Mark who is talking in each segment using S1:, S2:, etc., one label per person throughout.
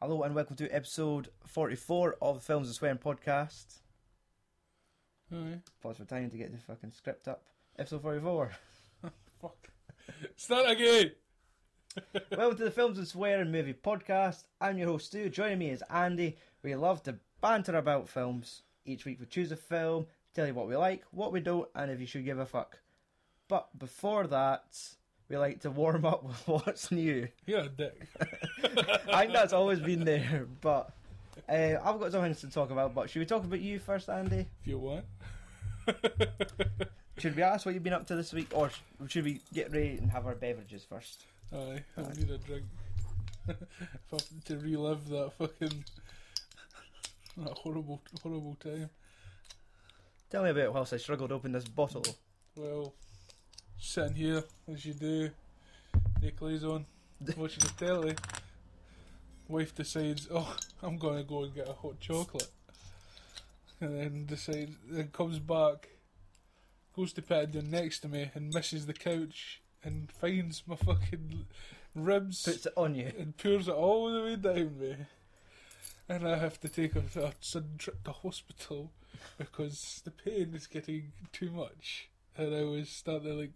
S1: Hello and welcome to episode 44 of the Films and Swearing podcast.
S2: Aye.
S1: Pause for time to get the fucking script up. Episode 44.
S2: Fuck. Start again.
S1: welcome to the Films and Swearing movie podcast. I'm your host Stu. Joining me is Andy. We love to banter about films. Each week we choose a film, tell you what we like, what we don't, and if you should give a fuck. But before that, we like to warm up with what's new.
S2: You're a dick.
S1: I think that's always been there, but uh, I've got something to talk about. But should we talk about you first, Andy?
S2: If you want.
S1: Should we ask what you've been up to this week, or sh- should we get ready and have our beverages first?
S2: Aye. I need a drink. if I have to relive that fucking that horrible horrible time.
S1: Tell me about it whilst I struggled to open this bottle.
S2: Well, sitting here as you do, Nicolay's on, watching the telly. Wife decides, oh, I'm gonna go and get a hot chocolate, and then decides, then comes back, goes to put it down next to me, and misses the couch, and finds my fucking ribs
S1: Puts it on you.
S2: and pours it all the way down me. And I have to take him to a sudden trip to hospital because the pain is getting too much. And I was starting to like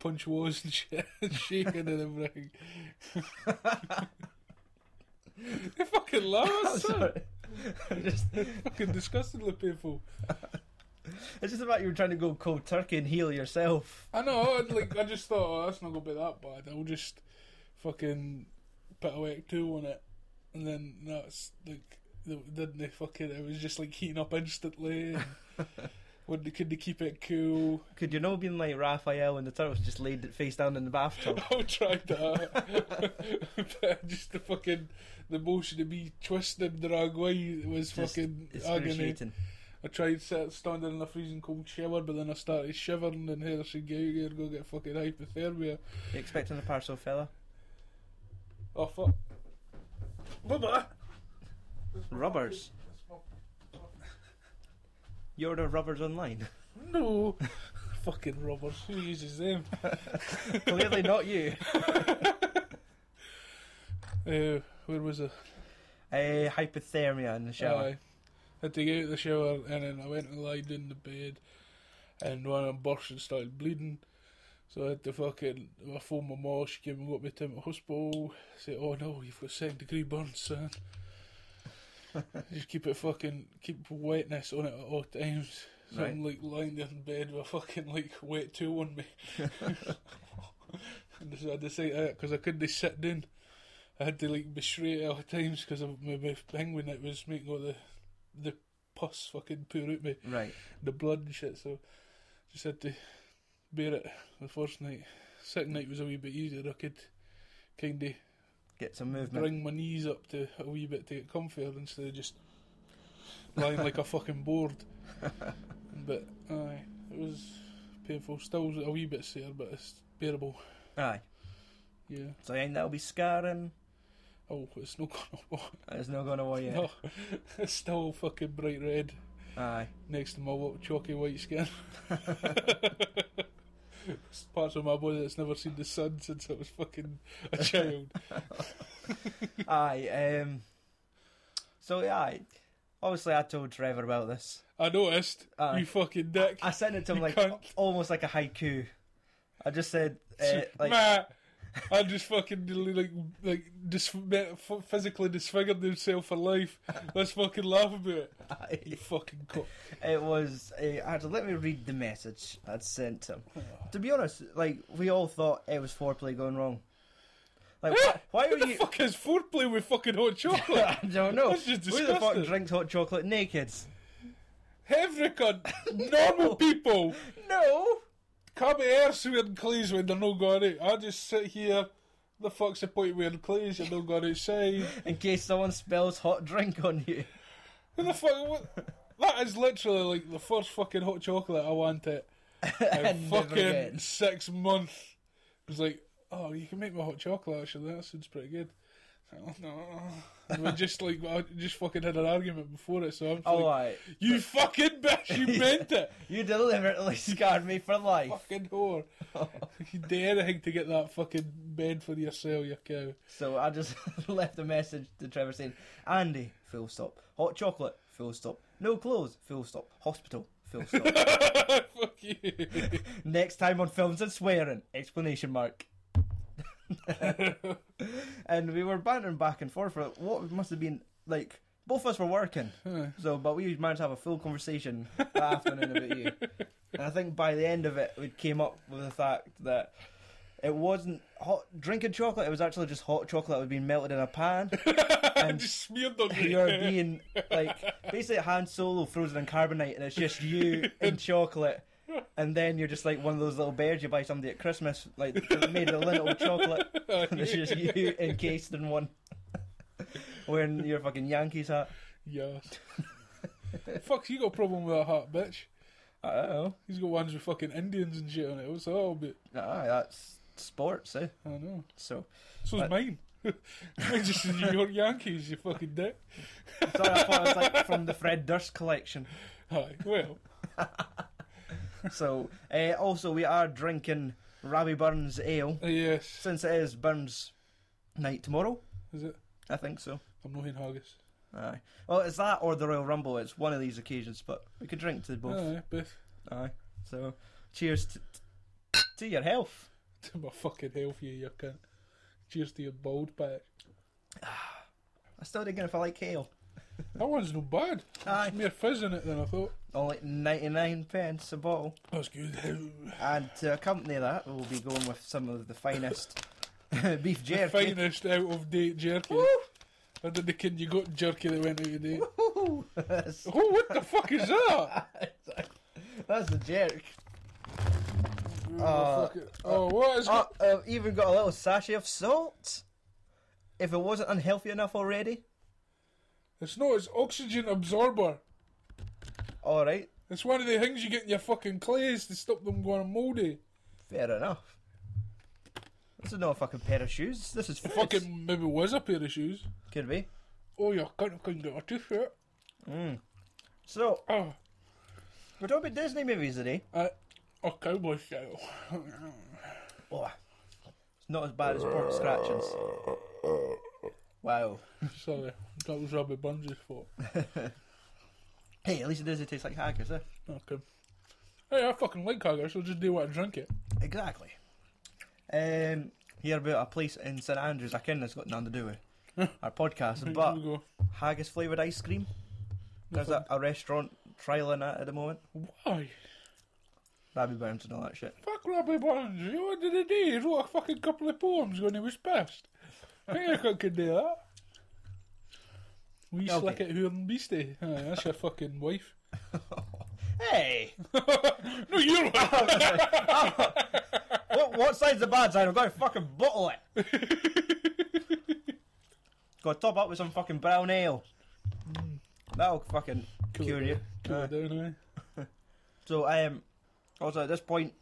S2: punch walls and shit and shaking and everything. it fucking
S1: I'm
S2: laughs.
S1: sorry. I'm just,
S2: fucking disgustingly painful.
S1: it's just about you were trying to go cold turkey and heal yourself.
S2: I know, I'd like I just thought, oh, that's not gonna be that bad. I'll just fucking put a wet two on it, and then that's like they- didn't they fucking? It was just like heating up instantly. and Would they, could they keep it cool?
S1: Could you know being like Raphael and the turtles just laid it face down in the bathtub?
S2: I tried that, but just the fucking the motion of me twisting the wrong way was
S1: Just
S2: fucking agony.
S1: excruciating.
S2: I tried sat, standing in a freezing cold shower, but then I started shivering, and here she go, you're gonna get fucking hypothermia.
S1: You expecting a parcel, fella?
S2: Oh fuck. Bubba!
S1: Rubbers. You order rubbers online.
S2: No! Fucking robbers, who uses them?
S1: Clearly not you.
S2: Uh, where was I?
S1: Uh, hypothermia in the shower.
S2: Aye. Had to get out of the shower and then I went and lied down in the bed and when I burst and started bleeding. So I had to fucking, I phoned my mom, she came and got me to the hospital. Said, oh no, you've got second degree burns, son. Just keep it fucking, keep wetness on it at all times. So I'm like lying there in bed with a fucking like wet two on me. and so I decided, because I couldn't sit down, I had to like be straight at all times because my, my thing when it was making all the the pus fucking pour out me,
S1: Right.
S2: the blood and shit. So just had to bear it the first night. Second night was a wee bit easier. I could kind of
S1: Get some movement.
S2: bring my knees up to a wee bit to get comfier instead of just lying like a fucking board. But aye, it was painful. Still a wee bit sore, but it's bearable.
S1: Aye.
S2: Yeah.
S1: So I think that'll be scarring.
S2: Oh, it's not gonna work.
S1: It's not going away yet.
S2: No, it's still fucking bright red
S1: Aye.
S2: next to my wa- chalky white skin. it's parts of my body that's never seen the sun since I was fucking a child.
S1: Aye. Um, so, aye. Obviously, I told Trevor about this.
S2: I noticed,
S1: Aye.
S2: you fucking dick.
S1: I sent it to him
S2: You
S1: like
S2: cunt.
S1: almost like a haiku. I just said, uh, like,
S2: Matt, I just fucking like like dis- met- f- physically disfigured himself for life. Let's fucking laugh about it. You fucking cock.
S1: it was. Uh, actually, let me read the message I'd sent him. To be honest, like, we all thought it was foreplay going wrong. Like, why, why
S2: Who
S1: are
S2: the
S1: you.
S2: fuck has foreplay with fucking hot chocolate?
S1: I don't know.
S2: That's just
S1: Who the fuck
S2: disgusting.
S1: drinks hot chocolate naked?
S2: Every cunt, normal people,
S1: No!
S2: come here wearing clothes when they're not going out. I just sit here. The fuck's the point of wearing clothes? You're not going outside.
S1: In case someone spills hot drink on you.
S2: Who the fuck? What? That is literally like the first fucking hot chocolate I wanted.
S1: And
S2: and
S1: never
S2: fucking
S1: again.
S2: six months. It was like, oh, you can make my hot chocolate actually. That sounds pretty good. Oh, no. And we just like I just fucking had an argument before it, so I'm just
S1: Oh,
S2: like,
S1: aye.
S2: you fucking bitch, you meant it,
S1: You deliberately scarred me for life.
S2: fucking whore. You do anything to get that fucking bed for yourself, you cow.
S1: So I just left a message to Trevor saying, Andy, full stop. Hot chocolate, full stop. No clothes, full stop. Hospital, full stop.
S2: Fuck you.
S1: Next time on films and swearing! Explanation mark. and we were bantering back and forth for what must have been like both of us were working,
S2: Aye.
S1: so but we managed to have a full conversation that afternoon about you. And I think by the end of it, we came up with the fact that it wasn't hot drinking chocolate; it was actually just hot chocolate that had been melted in a pan. And
S2: just smeared on
S1: you're
S2: me.
S1: being like basically Han Solo frozen in carbonite, and it's just you in chocolate. And then you're just like one of those little bears you buy somebody at Christmas, like that made of little chocolate, and it's just you encased in one, wearing your fucking Yankees hat.
S2: Yes. Fuck, you got a problem with that hat, bitch.
S1: I don't know.
S2: He's got ones with fucking Indians and shit on it. What's that all about?
S1: Ah, that's sports, eh?
S2: I know.
S1: So
S2: So's
S1: But-
S2: mine. Mine's just the New York Yankees, you fucking dick.
S1: sorry, I thought it was like from the Fred Durst collection.
S2: Aye, well,
S1: So uh, also we are drinking Robbie Burns ale
S2: uh, yes.
S1: since it is Burns night tomorrow.
S2: Is it?
S1: I think so.
S2: I'm not in haggis.
S1: Aye. Well, it's that or the Royal Rumble. It's one of these occasions, but we could drink to both.
S2: Aye, Beth.
S1: Aye. So, cheers to, to your health.
S2: To my fucking health, you, you cunt. Cheers to your bald patch.
S1: I still didn't get if I like kale.
S2: That one's no bad.
S1: Aye.
S2: It's more fizz in it than I thought.
S1: Only 99 pence a bottle.
S2: That's good.
S1: And to accompany that, we'll be going with some of the finest beef
S2: The
S1: jerky.
S2: finest out of date jerky.
S1: Woo!
S2: I did the kid you got jerky that went out of date.
S1: Woo! That's,
S2: Oh, what the fuck is
S1: Uh,
S2: that?
S1: that's the jerk.
S2: oh, fuck it. oh, what is
S1: Oh, I've even got a little sachet of salt. If it wasn't unhealthy enough already.
S2: It's not. It's oxygen absorber.
S1: Alright,
S2: It's one of the things you get in your fucking clays to stop them going mouldy.
S1: fair enough. This is not a fucking pair of shoes. This is fruit.
S2: Fucking maybe was a pair of shoes.
S1: Could be.
S2: Oh, you cunt couldn't get a t-shirt.
S1: So,
S2: Oh,
S1: we're talking about Disney movies today.
S2: I, a cowboy style.
S1: Oh, it's not as bad as pork scratchings. Wow.
S2: Sorry, that was Robbie Burns' fault.
S1: Hey, at least it doesn't taste like haggis, eh?
S2: Okay. Hey, I fucking like haggis. I'll just do what I drink it.
S1: Exactly. Um, hear about a place in St Andrews, I ken that's got nothing to do with our podcast,
S2: Right,
S1: but
S2: here we go.
S1: haggis flavoured ice cream. There's a, a restaurant trialling that at the moment.
S2: Why?
S1: Rabbi Burns and all that shit.
S2: Fuck Robbie Burns. You know What did he do? He wrote a fucking couple of poems when he was pissed. I think I could- could do that. We
S1: Okay.
S2: slick at Hurn Beastie. Aye, that's your fucking wife.
S1: Hey!
S2: No, you're
S1: what, what side's the bad side? I'm going to fucking bottle it. Got to top up with some fucking brown ale. That'll fucking cure you.
S2: Cool
S1: Aye.
S2: down, aye.
S1: So, um, also at this point,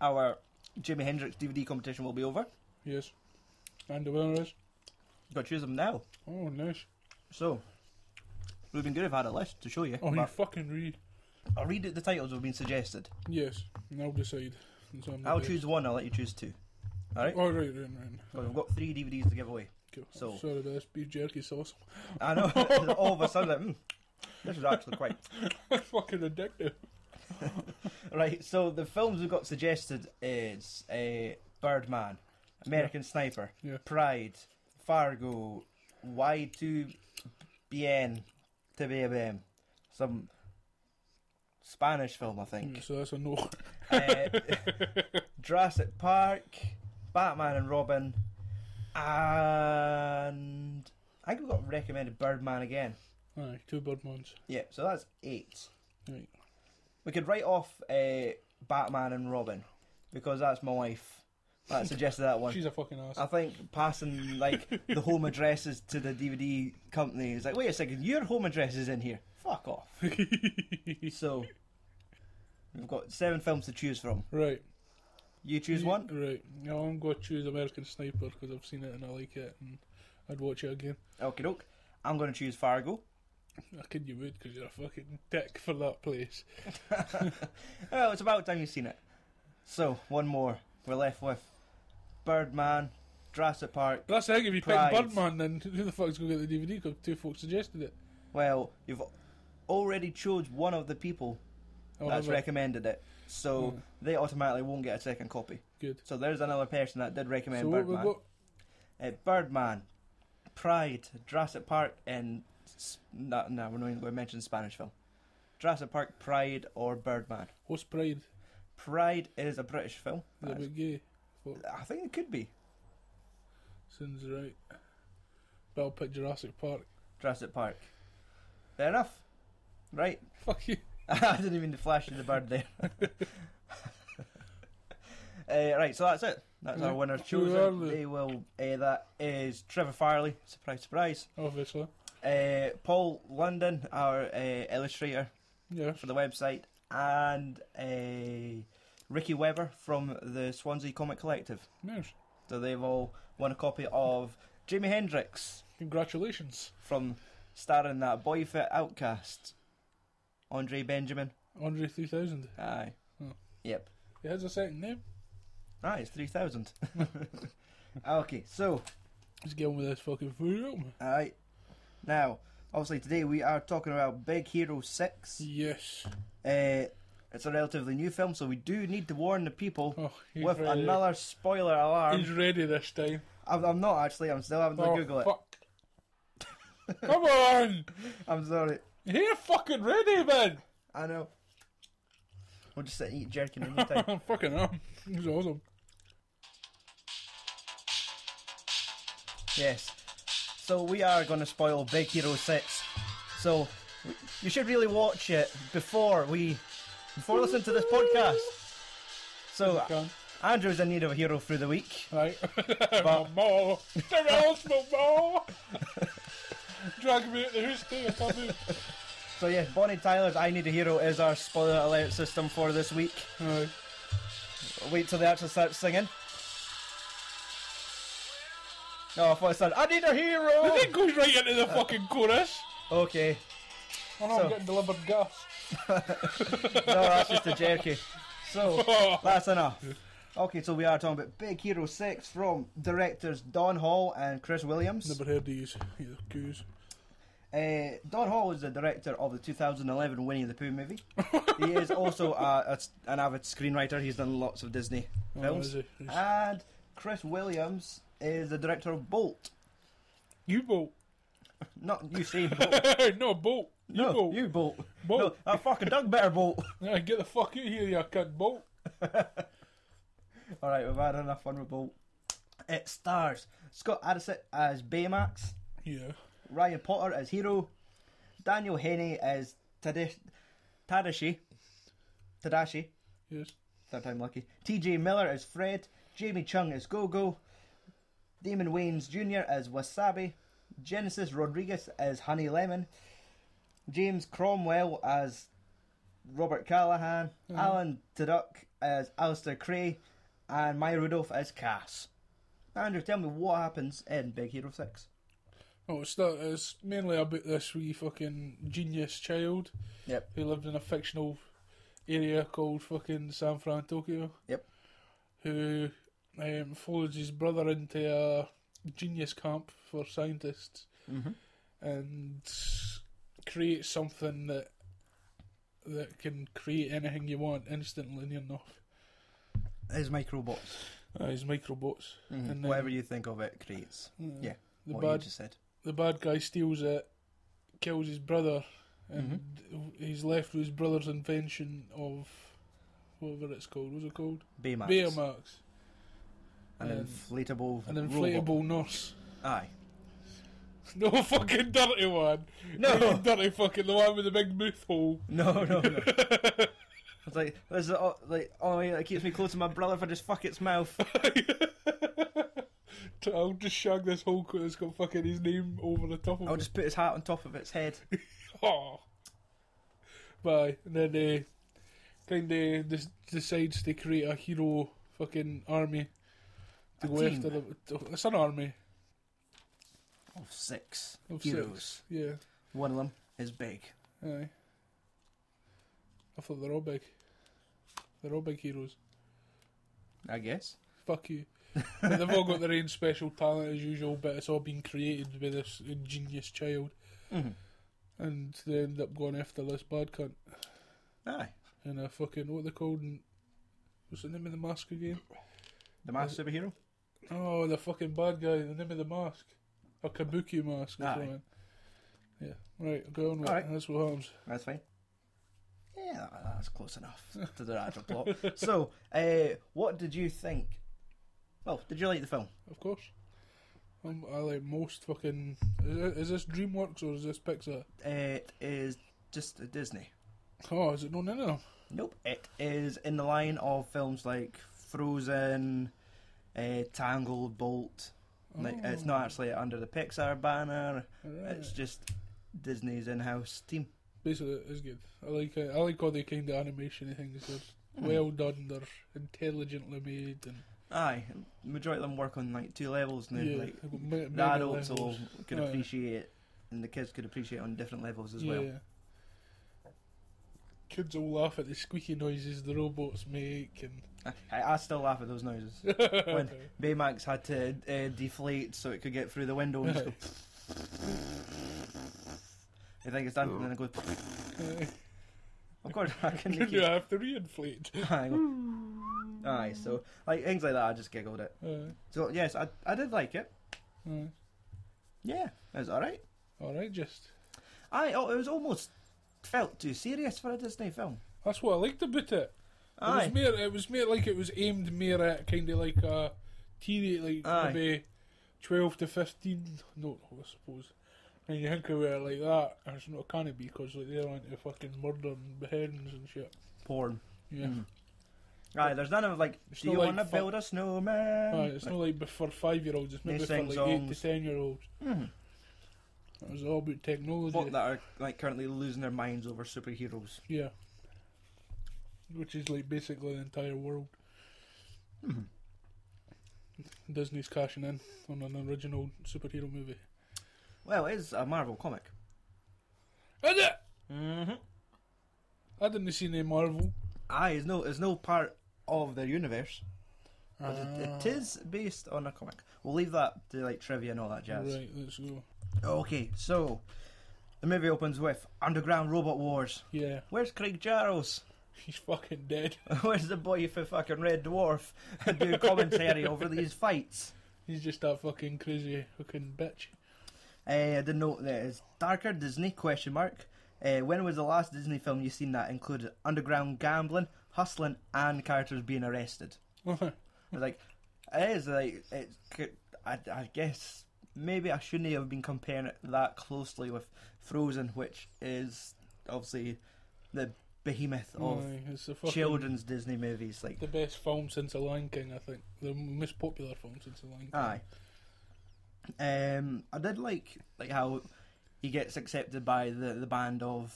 S1: our Jimi Hendrix DVD competition will be over.
S2: Yes. And the winner is.
S1: Got to choose them now.
S2: Oh, nice.
S1: So, we've been good. I've had a list to show you.
S2: Oh, you
S1: but
S2: fucking read.
S1: I'll read it. The titles have been suggested.
S2: Yes. And I'll decide. And so I'm the
S1: I'll
S2: best.
S1: choose one. I'll let you choose two. All right.
S2: Oh, right, right, right.
S1: So we've got three DVDs to give away.
S2: Cool.
S1: So-
S2: Sorry about this beef jerky sauce.
S1: I know. all of a sudden, like, mm, this is actually quite
S2: fucking addictive.
S1: Right, so the films we've got suggested is uh, Birdman, American Sniper,
S2: Yeah.
S1: Pride, Fargo, Y2BN, TBM, some Spanish film, I think.
S2: Mm, So that's a no.
S1: uh, Jurassic Park, Batman and Robin, and I think we've got recommended Birdman again.
S2: Aye, two bird ones.
S1: Yeah, so that's eight.
S2: Right.
S1: We could write off uh, Batman and Robin because that's my wife. That suggested that one.
S2: She's a fucking ass.
S1: I think passing like the home addresses to the DVD company is like, wait a second, your home address is in here. Fuck off. so we've got seven films to choose from.
S2: Right.
S1: You choose one.
S2: Right. Now I'm going to choose American Sniper because I've seen it and I like it. And I'd watch it again.
S1: Okay, doke. I'm going to choose Fargo.
S2: I kid you would, because you're a fucking dick for that place.
S1: Well, Oh, it's about time you've seen it. So, one more. We're left with Birdman, Jurassic Park.
S2: But that's the thing, if you pick
S1: Pride.
S2: Birdman, then who the fuck's going to get the DVD? Because two folks suggested it.
S1: Well, you've already chose one of the people
S2: I
S1: that's
S2: wonder-
S1: recommended it. So, they automatically won't get a second copy.
S2: Good.
S1: So, there's another person that did recommend
S2: So what we
S1: Birdman.
S2: got?
S1: Uh, Birdman, Pride, Jurassic Park, and s- no, no, we're not even going to mention Spanish film. Jurassic Park, Pride, or Birdman.
S2: What's Pride?
S1: Pride is a British film.
S2: Is it about gay?
S1: I think it could be
S2: Sounds right. But I'll pick Jurassic Park.
S1: Jurassic Park. Fair enough. Right.
S2: Fuck you.
S1: I didn't even flash you the bird there. uh, right, so that's it. That's our winner
S2: Who
S1: chosen.
S2: are they?
S1: They will. Uh, that is Trevor Farley. Surprise, surprise.
S2: Obviously.
S1: Uh, Paul London, our uh, illustrator
S2: Yeah.
S1: for the website, and uh, Ricky Weber from the Swansea Comic Collective.
S2: Nice.
S1: So they've all won a copy of Jimi Hendrix
S2: Congratulations.
S1: from starring that boy fit outcast, Andre Benjamin.
S2: Andre 3000.
S1: Aye.
S2: Hmm.
S1: Yep.
S2: He has a second name.
S1: Ah, it's 3000. okay, so,
S2: Let's get on with this fucking film.
S1: aye. Now, obviously, today we are talking about Big Hero 6.
S2: Yes.
S1: Uh, it's a relatively new film, so we do need to warn the people
S2: Oh, he's
S1: with
S2: ready.
S1: another spoiler alarm.
S2: He's ready this time.
S1: I'm, I'm not actually, I'm still having to
S2: oh,
S1: Google it.
S2: fuck. Come on!
S1: I'm sorry.
S2: You're fucking ready, man!
S1: I know. We'll just sit and eat jerky in the meantime.
S2: I'm fucking up. It's awesome.
S1: Yes. So we are going to spoil Big Hero 6. So w- you should really watch it before we before listening to this podcast. So
S2: Come
S1: Andrew's in need of a hero through the week.
S2: on. Right. But... more. There else no more! Drag me out the house, there, Tommy.
S1: So yes, Bonnie Tyler's I Need a Hero is our spoiler alert system for this week.
S2: Aye.
S1: Wait till they actually start singing. Oh, I thought it started, I need a
S2: And
S1: hero!
S2: it goes right into the fucking chorus.
S1: Okay.
S2: Oh no,
S1: So-
S2: I'm getting delivered gas.
S1: No, that's just a jerky. So,
S2: Oh,
S1: That's enough. Okay, so we are talking about Big Hero 6 from directors Don Hall and Chris Williams.
S2: never heard these. Either coos.
S1: Uh, Don Hall is the director of the 2011 Winnie the Pooh movie. he is also a, a s- an avid screenwriter. He's done lots of Disney
S2: Oh, is
S1: films. Ah.
S2: it? It's-
S1: and Chris Williams is the director of Bolt.
S2: You bolt.
S1: Not you say Bolt.
S2: no, bolt. You
S1: no,
S2: bolt.
S1: you Bolt.
S2: Bolt.
S1: No, that fucking Doug better Bolt.
S2: Yeah, get the fuck out of here, you cunt bolt.
S1: All right, we've had enough fun with Bolt. It stars Scott Adison as Baymax.
S2: Yeah.
S1: Ryan Potter as Hero, Daniel Henney as Tade- Tadashi, Tadashi,
S2: Yes.
S1: third time lucky, TJ Miller as Fred, Jamie Chung as Gogo, Damon Wayans Jr. as Wasabi, Genesis Rodriguez as Honey Lemon, James Cromwell as Robert Callahan, Alan Tudyk as Alistair Cray, and Maya Rudolph as Cass. Andrew, tell me what happens in Big Hero 6.
S2: Oh, it's, not, it's mainly about this wee fucking genius child
S1: Yep.
S2: who lived in a fictional area called fucking San Fran, Tokyo.
S1: Yep.
S2: Who um, follows his brother into a genius camp for scientists
S1: Mhm.
S2: and creates something that that can create anything you want instantly near enough.
S1: Is microbots.
S2: Uh, his microbots.
S1: Mhm.
S2: And then-
S1: Whatever you think of it creates.
S2: Uh,
S1: Yeah,
S2: The
S1: what you
S2: bad
S1: just said.
S2: the bad guy steals it, kills his brother, and
S1: Mm-hmm.
S2: he's left with his brother's invention of whatever it's called. What's it called?
S1: Baymax.
S2: Baymax.
S1: An
S2: Um,
S1: inflatable.
S2: An
S1: robot.
S2: inflatable nurse.
S1: Aye.
S2: No fucking dirty one.
S1: No.
S2: dirty fucking the one with the big mouth hole.
S1: No, no, no. it's like this is all, like only way that keeps me close to my brother if I just fuck its mouth.
S2: I'll just shag this hole 'cause it's got fucking his name over the top of
S1: I'll
S2: it.
S1: just put his hat on top of its head.
S2: Oh. Bye. And then uh, they kind of decides to create a hero fucking army to
S1: A
S2: go
S1: team.
S2: after the. to- It's an army.
S1: of six
S2: Of
S1: heroes.
S2: six. Yeah.
S1: One of them is big.
S2: Aye. I thought they're all big. They're all big heroes.
S1: I guess.
S2: Fuck you. but they've all got their own special talent as usual, but it's all been created by this ingenious child.
S1: Mhm.
S2: And they end up going after this bad cunt.
S1: Aye.
S2: And a fucking, what they called? in- What's the name of the mask again?
S1: The masked
S2: Uh,
S1: superhero.
S2: Oh, the fucking bad guy, the name of the mask. A kabuki mask or
S1: Aye.
S2: something. Yeah, right, go on with
S1: Alright.
S2: it. That's what happens.
S1: That's fine. Yeah, that- that's close enough to the actual plot. So, uh, what did you think? Well, did you like the film?
S2: Of course. Um, I like most fucking. Is, it, is this DreamWorks or is this Pixar?
S1: It is just a Disney.
S2: Oh, is it no, no, no.
S1: Nope. It is in the line of films like Frozen, uh, Tangled, Bolt. Like,
S2: Oh,
S1: It's not actually under the Pixar banner. It's just Disney's in-house team.
S2: Basically, it is good. I like it. I like all the kind of animation things.
S1: Mm.
S2: They're well done. They're intelligently made, and
S1: Aye, majority of them work on like two levels now.
S2: yeah,
S1: Like
S2: they've got ma-
S1: the
S2: mega
S1: adults will,
S2: levels.
S1: could
S2: Aye.
S1: appreciate it, and the kids could appreciate it on different levels as well.
S2: Yeah. Kids will laugh at the squeaky noises the robots make, and
S1: I, I still laugh at those noises. when Baymax had to uh, deflate so it could get through the window and just go. I think it's done, and then it goes. Of course, I can
S2: Couldn't
S1: make
S2: you
S1: it.
S2: have to reinflate?
S1: Aye, Aye, so like things like that, I just giggled at.
S2: Aye,
S1: So yes, I I did like it.
S2: aye.
S1: Yeah, it was all right.
S2: all right, just
S1: Aye, oh, it was almost felt too serious for a Disney film.
S2: that's what I liked about it. It
S1: Aye,
S2: was mere. It was mere like it was aimed mere at kind of like a teenage, like
S1: Aye.
S2: maybe twelve to fifteen. No, I suppose. When you think of it like that, it's not can it be because like they're into fucking murder and beheadings and shit.
S1: porn.
S2: Yeah,
S1: Mm. Aye, there's none of like.
S2: It's
S1: Do
S2: not
S1: you
S2: like
S1: want to
S2: fu-
S1: build a snowman?
S2: Aye, it's not like be- for five year olds. It's
S1: They
S2: maybe for
S1: sing
S2: like eight
S1: songs.
S2: to ten year olds.
S1: Mhm.
S2: It was all about technology.
S1: Folk that are like currently losing their minds over superheroes.
S2: Yeah, which is like basically the entire world. Disney's cashing in on an original superhero movie.
S1: Well, it is a Marvel comic.
S2: Is it?
S1: Mm-hmm.
S2: I didn't see any Marvel.
S1: Aye, it's no, it's no part of their universe, but
S2: Ah,
S1: it, it is based on a comic. We'll leave that to like trivia and all that jazz.
S2: Right, let's go.
S1: Okay, so the movie opens with underground robot wars.
S2: Yeah,
S1: Where's Craig Jarros?
S2: he's fucking dead.
S1: Where's the boy for fucking Red Dwarf doing commentary over these fights?
S2: He's just that fucking crazy fucking bitch.
S1: Uh, I didn't know that it's darker Disney question mark. Uh, when was the last Disney film you seen that included underground gambling, hustling, and characters being arrested? Oh, It's like it is like it's. c- I, I guess maybe I shouldn't have been comparing it that closely with Frozen, which is obviously the behemoth of
S2: Aye, Oh, it's the Mm, fucking
S1: children's Disney movies. Like,
S2: the best film since The Lion King, I think. The most popular film since The Lion King.
S1: aye. Um, I did like like how he gets accepted by the the band of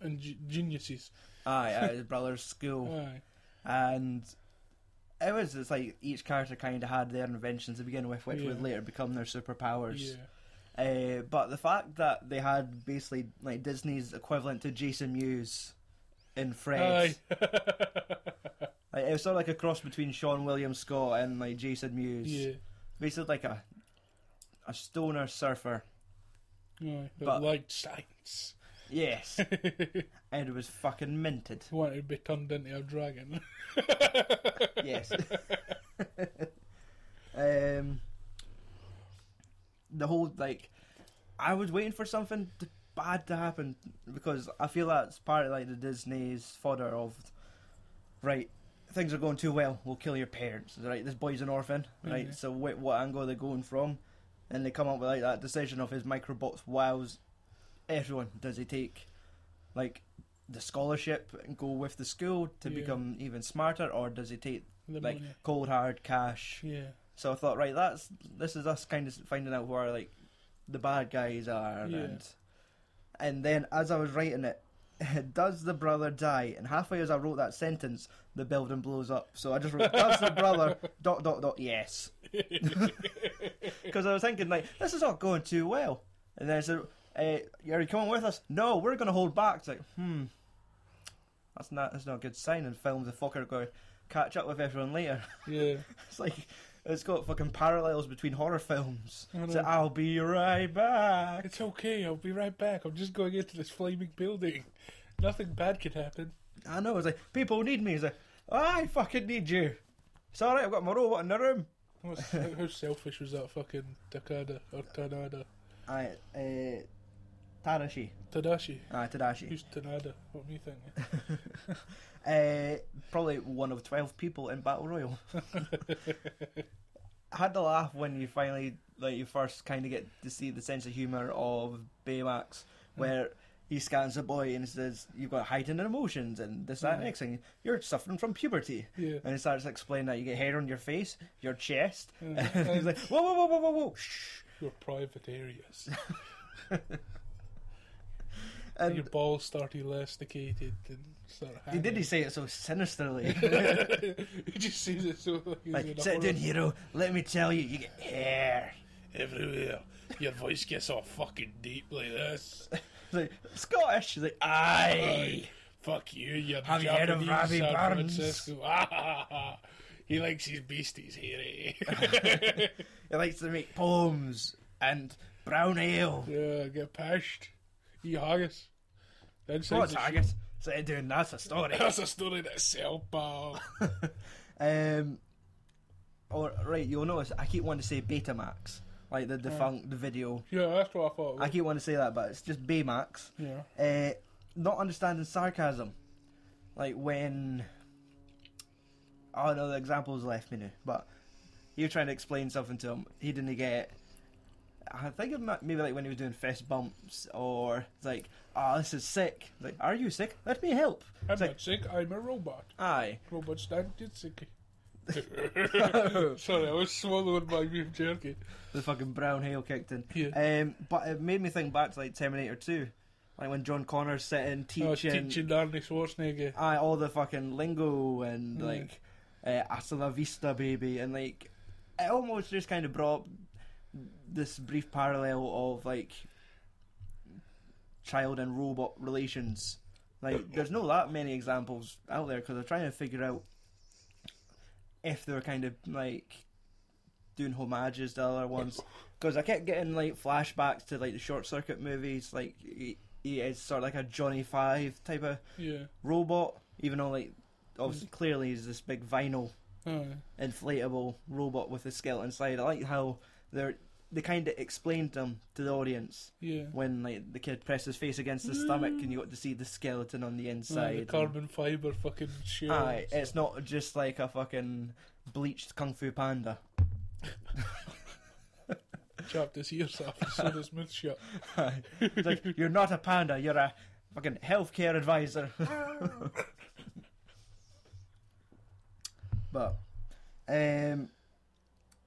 S2: And g- geniuses.
S1: aye at his brother's school.
S2: Aye.
S1: and it was it's like each character kind of had their inventions to begin with, which would
S2: Yeah.
S1: later become their superpowers.
S2: Yeah.
S1: Uh, but the fact that they had basically like Disney's equivalent to Jason Mewes in Fred,
S2: Aye.
S1: like, it was sort of like a cross between Sean William Scott and like Jason Mewes,
S2: yeah.
S1: basically like a a stoner surfer.
S2: Aye. But,
S1: But-
S2: liked science.
S1: Yes, and it was fucking minted.
S2: Wanted to be turned into a dragon.
S1: yes. um, the whole like, I was waiting for something to, bad to happen because I feel that's part of like the Disney's fodder of, right, things are going too well. We'll kill your parents. Right, this boy's an orphan. Right,
S2: Mhm.
S1: so wait, what angle are they going from? And they come up with like that decision of his microbots wows everyone. Does he take, like? The scholarship and go with the school to
S2: Yeah.
S1: become even smarter, or does he take
S2: the
S1: like
S2: money.
S1: cold hard cash.
S2: Yeah.
S1: So I thought, right, that's this is us kind of finding out where like the bad guys are,
S2: Yeah.
S1: and and then as I was writing it, does the brother die? And halfway as I wrote that sentence, the building blows up. So I just wrote, does the brother dot dot dot yes, Because I was thinking, like, this is not going too well. And then I said, uh, "Are you coming with us?" No, we're going to hold back. It's like, hmm, that's not that's not a good sign in films. The fucker going to catch up with everyone later.
S2: yeah.
S1: It's like it's got fucking parallels between horror films.
S2: I
S1: It's
S2: know.
S1: like, I'll be right back.
S2: It's okay, I'll be right back. I'm just going into this flaming building. Nothing bad can happen.
S1: I know. It's like people need me. It's like I fucking need you. It's all right. I've got my robot in the room.
S2: What's, how how selfish was that fucking Takada or Tanada?
S1: I uh, Tadashi.
S2: Tadashi.
S1: Ah, Tadashi.
S2: Who's Tanada? What were you thinking?
S1: Uh, probably one of twelve people in battle royal. I had to laugh when you finally, like, you first kind of get to see the sense of humor of Baymax, where he scans a boy and says, "You've got heightened emotions and this, that, and
S2: Mhm.
S1: next thing. You're suffering from puberty."
S2: Yeah.
S1: And he starts to explain that you get hair on your face, your chest.
S2: Yeah.
S1: and he's like, "Whoa, whoa, whoa, whoa, whoa, whoa!" Shh.
S2: Your private areas. Your
S1: And
S2: balls start elasticated and start
S1: he
S2: hanging.
S1: didn't say it so sinisterly.
S2: he just sees it so like, he's in
S1: like,
S2: a
S1: sit down,
S2: horror-
S1: hero. Let me tell you, you get hair.
S2: everywhere. Your voice gets all fucking deep like this.
S1: It's like Scottish. He's like, "Aye."
S2: Aye, fuck you, you
S1: Have you heard of
S2: Japanese
S1: Robbie
S2: San
S1: Burns?
S2: Francisco. Ah, ha, ha, ha. he likes his beasties eh? hairy.
S1: He likes to make poems and brown ale.
S2: yeah, get pashed. Eat haggis. Inside
S1: What's
S2: the
S1: haggis? So they're doing that's a
S2: shit.
S1: story.
S2: That's a story in itself, pal.
S1: um, or right, you'll notice I keep wanting to say Betamax, like the defunct video.
S2: yeah, that's what I thought.
S1: I keep wanting to say that, but it's just Baymax.
S2: yeah.
S1: Uh, not understanding sarcasm, like when. Oh no, the example's left me now. But you were trying to explain something to him, he didn't get it. I think it might, maybe like when he was doing fist bumps or it's like, oh, this is sick. Like, are you sick? Let me help.
S2: I'm
S1: It's like,
S2: not sick, I'm a robot.
S1: aye.
S2: Robots don't get sick. Sorry, I was swallowing my beef jerky.
S1: the fucking brown hail kicked in.
S2: Yeah.
S1: Um, but it made me think back to like Terminator 2. Like when John Connor's sitting
S2: I
S1: teaching,
S2: was Oh, teaching Arnie Schwarzenegger.
S1: aye, all the fucking lingo and
S2: Yeah.
S1: like uh, hasta la vista baby and like it almost just kind of brought this brief parallel of like child and robot relations like there's no that many examples out there because they're trying to figure out if they were kind of like doing homages to other ones because I kept getting like flashbacks to like the short circuit movies like he, he is sort of like a Johnny Five type of
S2: Yeah.
S1: robot, even though like obviously clearly he's this big vinyl
S2: Aye.
S1: inflatable robot with a skeleton inside. I like how they're they kind of explained them to the audience
S2: Yeah.
S1: when like the kid pressed his face against his stomach and you got to see the skeleton on the
S2: Aye, the
S1: inside.
S2: carbon fiber fucking
S1: And-
S2: shield.
S1: Aye, it's not just like a fucking bleached kung fu panda.
S2: chopped his ears off and sewed his mouth shut.
S1: Aye. it's like you're not a panda, you're a fucking healthcare advisor.
S2: Oh.
S1: but um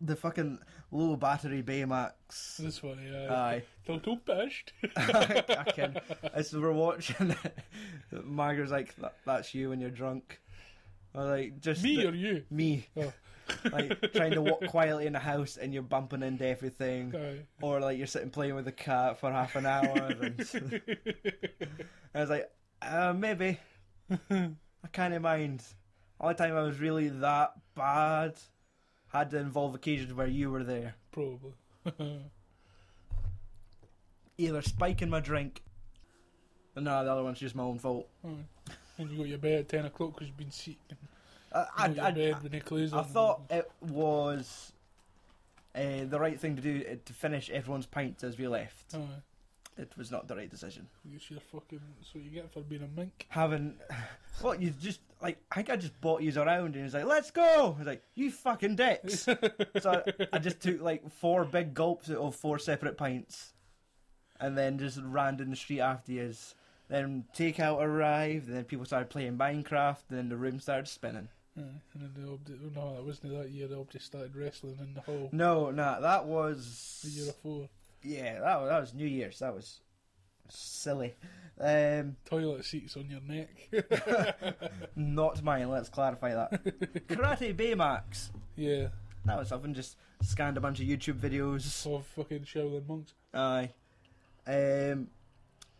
S1: the fucking low battery Baymax.
S2: This one, yeah.
S1: Aye.
S2: They're too bashed.
S1: I can. As we're watching it, Margaret's like, "That- that's you when you're drunk. Or like, just.
S2: Me
S1: the-
S2: or you?
S1: me.
S2: Oh.
S1: like, trying to walk quietly in the house and you're bumping into everything.
S2: Aye.
S1: Or like, you're sitting playing with the cat for half an hour. And, and I was like, uh, maybe. I kind of mind. Only time I was really that bad had to involve occasions where you were there.
S2: Probably.
S1: Either spiking my drink. No, the other one's just my own fault.
S2: Aye. And you go to your bed at 10 o'clock because you've been sick. And
S1: I, I,
S2: you go to your
S1: I,
S2: bed when he closes
S1: I
S2: them.
S1: thought it was uh, the right thing to do uh, to finish everyone's pint as we left.
S2: Aye.
S1: It was not the right decision.
S2: It's your fucking. That's what you get for being a mink.
S1: Having, well, you just like I think I just bought you around and he's like, "Let's go." I was like, "You fucking dicks!" so I, I just took like four big gulps out of four separate pints, and then just ran down the street after you. Then takeout arrived, and then people started playing Minecraft, and then the room started spinning.
S2: Aye. And then the obdi- no, that wasn't that year. The obdi started wrestling in the hall.
S1: No, nah, that
S2: The year
S1: was
S2: before.
S1: yeah, that was, that was New Year's. That was silly. Um,
S2: Toilet seats on your neck.
S1: not mine. Let's clarify that. Karate Baymax.
S2: yeah.
S1: That was something. Just scanned a bunch of YouTube videos.
S2: Of fucking Shaolin monks.
S1: Aye. Um,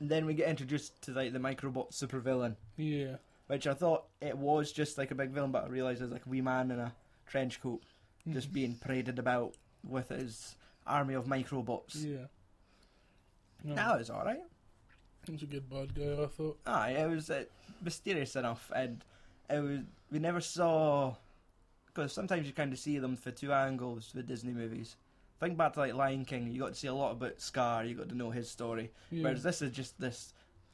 S1: then we get introduced to like the microbot supervillain,
S2: Yeah.
S1: which I thought it was just like a big villain, but I realised it was like a wee man in a trench coat just being paraded about with his army of microbots.
S2: Yeah. No,
S1: That was all right.
S2: he was a good bad guy, I thought.
S1: Aye, it was uh, mysterious enough, and it was we never saw because sometimes you kind of see them for two angles with Disney movies. Think back to like Lion King, you got to see a lot about Scar, you got to know his story.
S2: Yeah.
S1: Whereas this is just this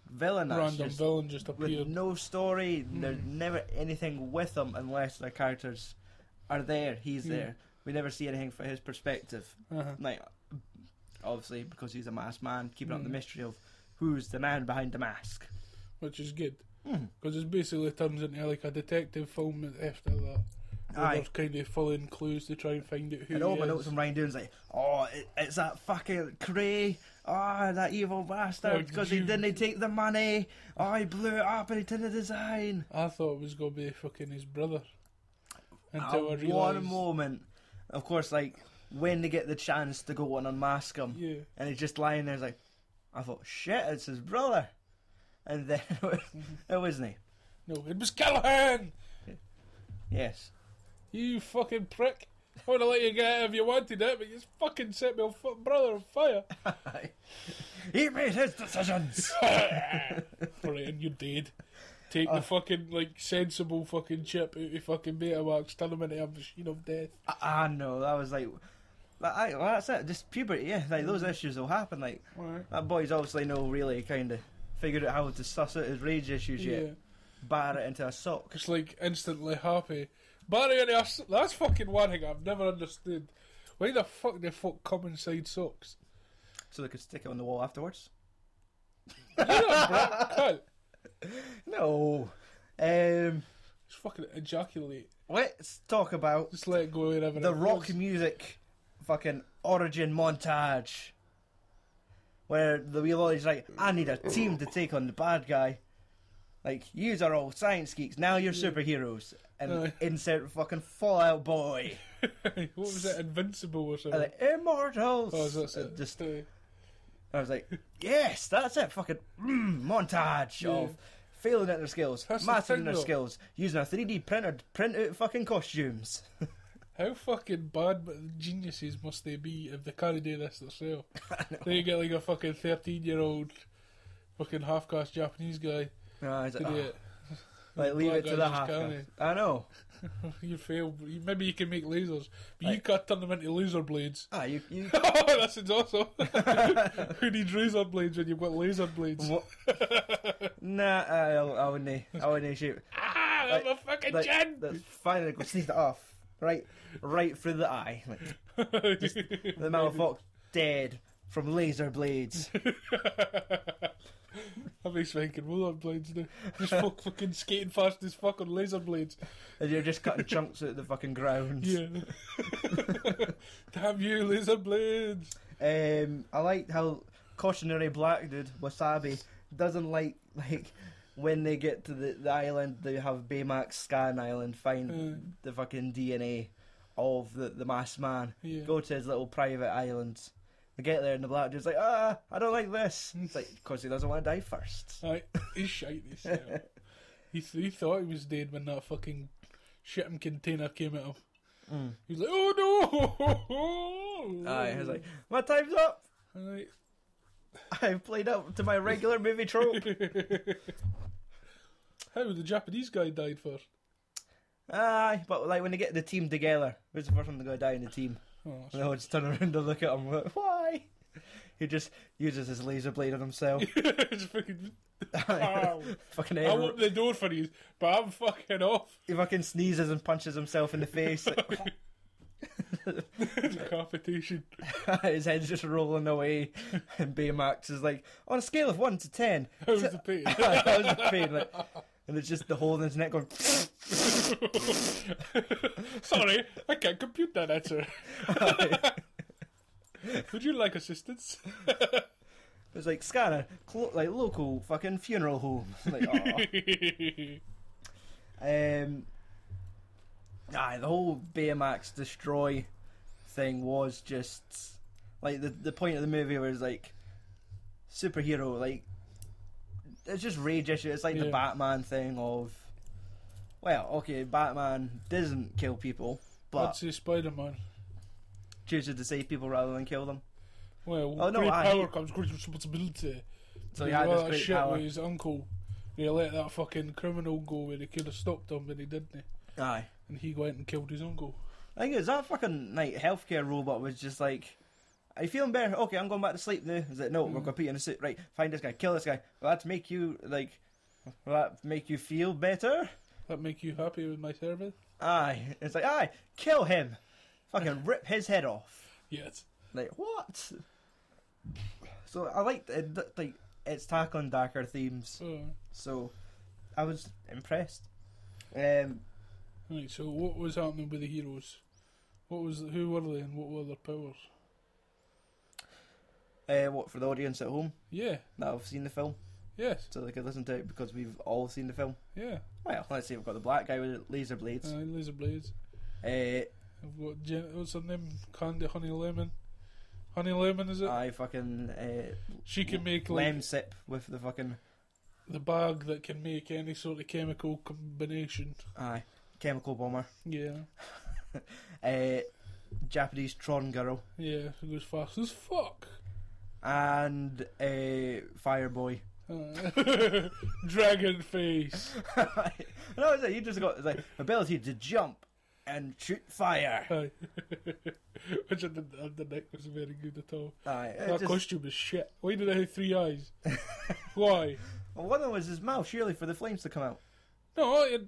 S1: villain that's
S2: Hmm. Random
S1: just
S2: villain just
S1: with
S2: appeared.
S1: no story. There's
S2: Mm.
S1: never anything with them unless the characters are there. He's
S2: Yeah.
S1: there. We never see anything from his perspective.
S2: uh
S1: Like obviously because he's a masked man, keeping up the
S2: Mm.
S1: mystery of who's the man behind the mask.
S2: Which is good.
S1: Mm.
S2: Because it basically turns into like a detective film after that. Where
S1: Aye.
S2: There's kind of following clues to try and find out who
S1: and
S2: he
S1: all my
S2: is.
S1: notes from Ryan Doone's like, oh, it, it's that fucking Cray. Ah, that evil
S2: Oh,
S1: bastard
S2: did
S1: because
S2: you-
S1: he didn't take the money. Oh, he blew it up and he didn't design.
S2: I thought it was going to be fucking his brother. Until I
S1: At
S2: realised.
S1: one moment, of course, like when they get the chance to go and unmask him,
S2: Yeah.
S1: and he's just lying there, he's like, I thought, shit, it's his brother. And then it wasn't he.
S2: No, it was Callahan!
S1: Yes.
S2: You fucking prick. I would have let you get it if you wanted it, but you just fucking set my fu- brother on fire.
S1: he made his decisions.
S2: Alright, and you're dead. Take
S1: Ah.
S2: the fucking, like, sensible fucking chip out of fucking Betamax, turn him into a machine of death.
S1: I I know, that was like, like I, well, that's it, just puberty, yeah. Like those
S2: Mm.
S1: issues will happen. Like
S2: Alright.
S1: that boy's obviously no really kind of figured out how to suss out his rage issues yet.
S2: Yeah.
S1: Batter it into a sock.
S2: It's like instantly happy. Barry and us, that's fucking one thing I've never understood. Why the fuck do folk come inside socks?
S1: so they could stick it on the wall afterwards.
S2: You're a black cunt.
S1: No. Um,
S2: Just fucking ejaculate.
S1: let's talk about
S2: Just let it go wherever
S1: the
S2: it
S1: rock
S2: goes.
S1: music fucking origin montage. Where the wee lolly's like, I need a team to take on the bad guy. Like, yous are all science geeks, now you're superheroes. And
S2: Aye.
S1: insert fucking Fallout Boy.
S2: what was it, Invincible or
S1: And
S2: something?
S1: like, Immortals!
S2: oh, so that's
S1: Uh,
S2: it.
S1: Just,
S2: Aye.
S1: I was like, yes, that's it, fucking mm, montage
S2: Yeah.
S1: of failing at their skills,
S2: That's the
S1: mastering
S2: thing,
S1: their
S2: though.
S1: skills, using a 3D printer to print out fucking costumes.
S2: How fucking bad but geniuses must they be if they can't do this themselves? They get like a fucking 13 year old fucking half caste Japanese guy
S1: And I was
S2: to
S1: like,
S2: do
S1: "Oh,
S2: it.
S1: like, leave
S2: Black
S1: it to
S2: guys
S1: the
S2: just
S1: half.
S2: can't.
S1: I know.
S2: You fail. Maybe you can make lasers, but you
S1: Like-
S2: can't turn them into laser blades.
S1: Ah, you, you
S2: Oh, that sounds awesome. Who needs razor blades when you've got laser blades?
S1: What? nah, I, I wouldn't. I wouldn't shoot.
S2: Ah, I'm a fucking
S1: Like,
S2: gin!
S1: that's finally go sneak it off, right, right through the eye. Like, the Malafox dead from laser blades.
S2: I makes me thinking roller blades now. Just fuck, fucking skating fast as fuck on laser blades.
S1: and you're just cutting chunks out of the fucking ground.
S2: Yeah. Damn you, laser blades!
S1: Um, I liked how cautionary black dude Wasabi doesn't like like when they get to the, the island they have Baymax scan island find
S2: Mm.
S1: the fucking DNA of the the masked man
S2: Yeah.
S1: go to his little private island. They get there and the black dude's like, ah, I don't like this. It's like, because he doesn't want to die first.
S2: Aye, he's shite himself. he, th- he thought he was dead when that fucking shipping container came at him.
S1: Mm.
S2: He was like, oh no!
S1: Aye, he's like, my time's up.
S2: Aye.
S1: I've played up to my regular movie trope.
S2: How the Japanese guy died first?
S1: Aye, but like when they get the team together, who's the first one to go die in the team?
S2: Oh,
S1: And I would just turn around and look at him like, why? He just uses his laser blade on himself.
S2: it's fucking. Ow.
S1: fucking
S2: I'm
S1: air,
S2: up the door for these, but I'm fucking off.
S1: he fucking sneezes and punches himself in the face. Like,
S2: Decapitation.
S1: his head's just rolling away. And Baymax is like, on a scale of 1 to 10.
S2: That was the pain.
S1: that was the pain. Like, and it's just the hole in his neck going,
S2: Sorry, I can't compute that answer. Would you like assistance?
S1: it's like, scanner, clo- like local fucking funeral home. like, aw. Um, Aye, the whole Baymax destroy thing was just like the the point of the movie was like superhero, like it's just rage issue. It's like the
S2: Yeah.
S1: Batman thing of well, okay, Batman doesn't kill people, but
S2: I'd say Spider Man.
S1: chooses to save people rather than kill them.
S2: Well,
S1: Oh, no,
S2: great
S1: I-
S2: power comes great responsibility.
S1: So
S2: He
S1: he had
S2: all
S1: this
S2: that
S1: great
S2: shit
S1: power.
S2: with his uncle. He let that fucking criminal go when he could have stopped him, but he didn't.
S1: Aye.
S2: And he went and killed his uncle.
S1: I think it was that fucking like healthcare robot was just like, "Are you feeling better? Okay, I'm going back to sleep now." Is it no? We're going to put you in a suit. Right, find this guy, kill this guy. Will that make you like? Will that make you feel better?
S2: That make you happy with my service?
S1: Aye. It's like aye, kill him, fucking rip his head off.
S2: Yes.
S1: Like what? So I liked it, th- like it's tackling darker themes.
S2: So,
S1: So I was impressed. Um,
S2: right. So what was happening with the heroes? What was who were they and what were their powers?
S1: uh, what for the audience at home
S2: Yeah.
S1: that have seen the film,
S2: Yes.
S1: so they could listen to it because we've all seen the film.
S2: Yeah.
S1: Well, let's see. We've got the black guy with laser blades.
S2: Uh, laser blades.
S1: Uh,
S2: I've got Jen, what's her name? Candy Honey Lemon. Honey Lemon is it?
S1: I fucking uh,
S2: she can make like
S1: lem sip with the fucking
S2: the bag that can make any sort of chemical combination.
S1: aye chemical bomber.
S2: Yeah.
S1: Uh, Japanese Tron girl
S2: Yeah. She goes fast as fuck.
S1: and uh, Fireboy.
S2: Uh, Dragon face.
S1: and I was like, you just got like ability to jump and shoot fire.
S2: Aye. Which I didn't, I didn't think was very good at all.
S1: Aye, it
S2: that
S1: just-
S2: costume is shit. Why did I have three eyes? Why?
S1: well, one of them was his mouth, surely for the flames to come out.
S2: No, I had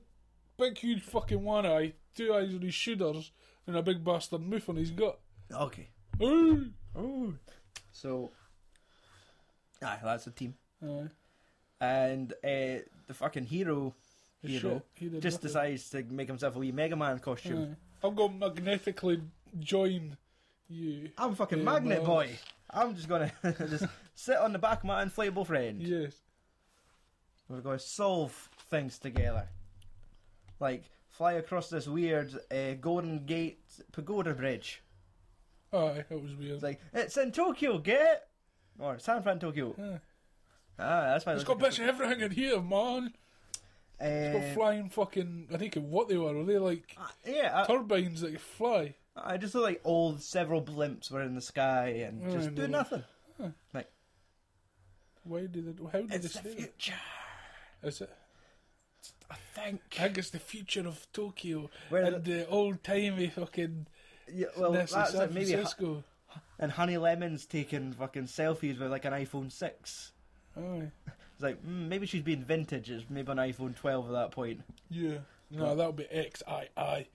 S2: big huge fucking one eye, two eyes on his shoulders, and a big bastard mouth on his gut.
S1: Okay.
S2: Ooh.
S1: Ooh. So, aye, that's a team.
S2: Aye.
S1: And uh, the fucking hero,
S2: It's
S1: hero.
S2: shit. He did
S1: just
S2: nothing.
S1: decides to make himself a wee Mega Man costume.
S2: Aye. I'll go magnetically join you.
S1: I'm fucking
S2: Yeah,
S1: magnet
S2: well-
S1: boy. I'm just gonna just sit on the back of my inflatable friend.
S2: Yes.
S1: We're gonna solve things together. Like fly across this weird uh, Golden Gate pagoda bridge.
S2: Aye, that was weird.
S1: It's like it's in Tokyo, get it? Or San Fran Tokyo.
S2: Aye.
S1: Ah, that's why
S2: It's got bits of everything in here, man. It's got
S1: uh,
S2: flying fucking. I think of what they were. Were they like
S1: Yeah,
S2: turbines that fly?
S1: I, I just look like all several blimps were in the sky and
S2: Oh,
S1: just do
S2: no.
S1: nothing.
S2: Why did it? How did
S1: It's the
S2: they say
S1: future,
S2: that? Is it?
S1: I think.
S2: I guess the future of Tokyo
S1: Where
S2: and the, old timey fucking
S1: Yeah, well,
S2: that's
S1: that's
S2: in San
S1: it. Maybe a-
S2: Francisco.
S1: And Honey Lemon's taking fucking selfies with like an iPhone 6.
S2: Aye.
S1: It's like, mm, maybe she's being vintage. It's maybe an iPhone 12 at that point.
S2: Yeah. No, that would be X I I.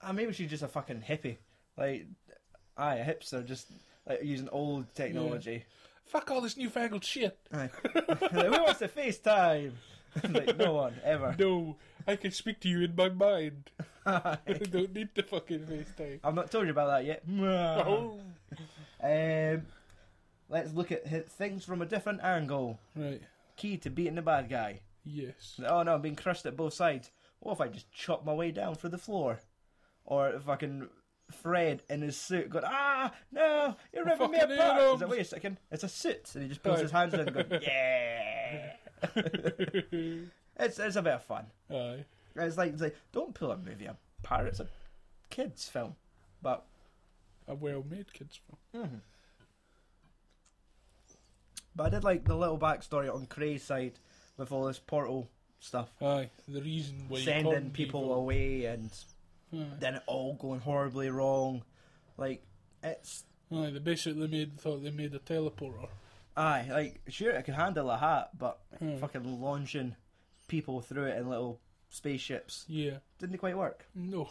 S1: Ah, maybe she's just a fucking hippie. Like, aye, a hipster, just like using old technology.
S2: Fuck all this newfangled shit.
S1: Aye. like, we wants to FaceTime? like, no one, ever.
S2: No, I can speak to you in my mind. I don't need the fucking FaceTime.
S1: I've not told you about that yet.
S2: Oh.
S1: Um, let's look at hi- things from a different angle.
S2: Right.
S1: Key to beating the bad guy.
S2: Yes.
S1: Oh no, I'm being crushed at both sides. What if I just chop my way down through the floor? Or fucking Fred in his suit going, ah, no, you're ripping me
S2: fucking
S1: apart.
S2: hero.
S1: He's like, wait a second, it's a suit. And he just pulls
S2: Right.
S1: his hands down and goes, yeah. it's, it's a bit of fun.
S2: Aye.
S1: It's like, it's like don't pull a movie apart, it's a kid's film. But
S2: A well made kids film.
S1: but I did like the little backstory on Cray's side with all this portal stuff.
S2: Aye. The reason why you
S1: Sending
S2: turned
S1: people
S2: evil.
S1: away and
S2: Aye.
S1: then it all going horribly wrong. Like it's
S2: Aye, they basically made thought they made a teleporter.
S1: aye, like sure it could handle a hat, but
S2: Hmm.
S1: fucking launching people through it in little spaceships
S2: Yeah.
S1: didn't quite work.
S2: No.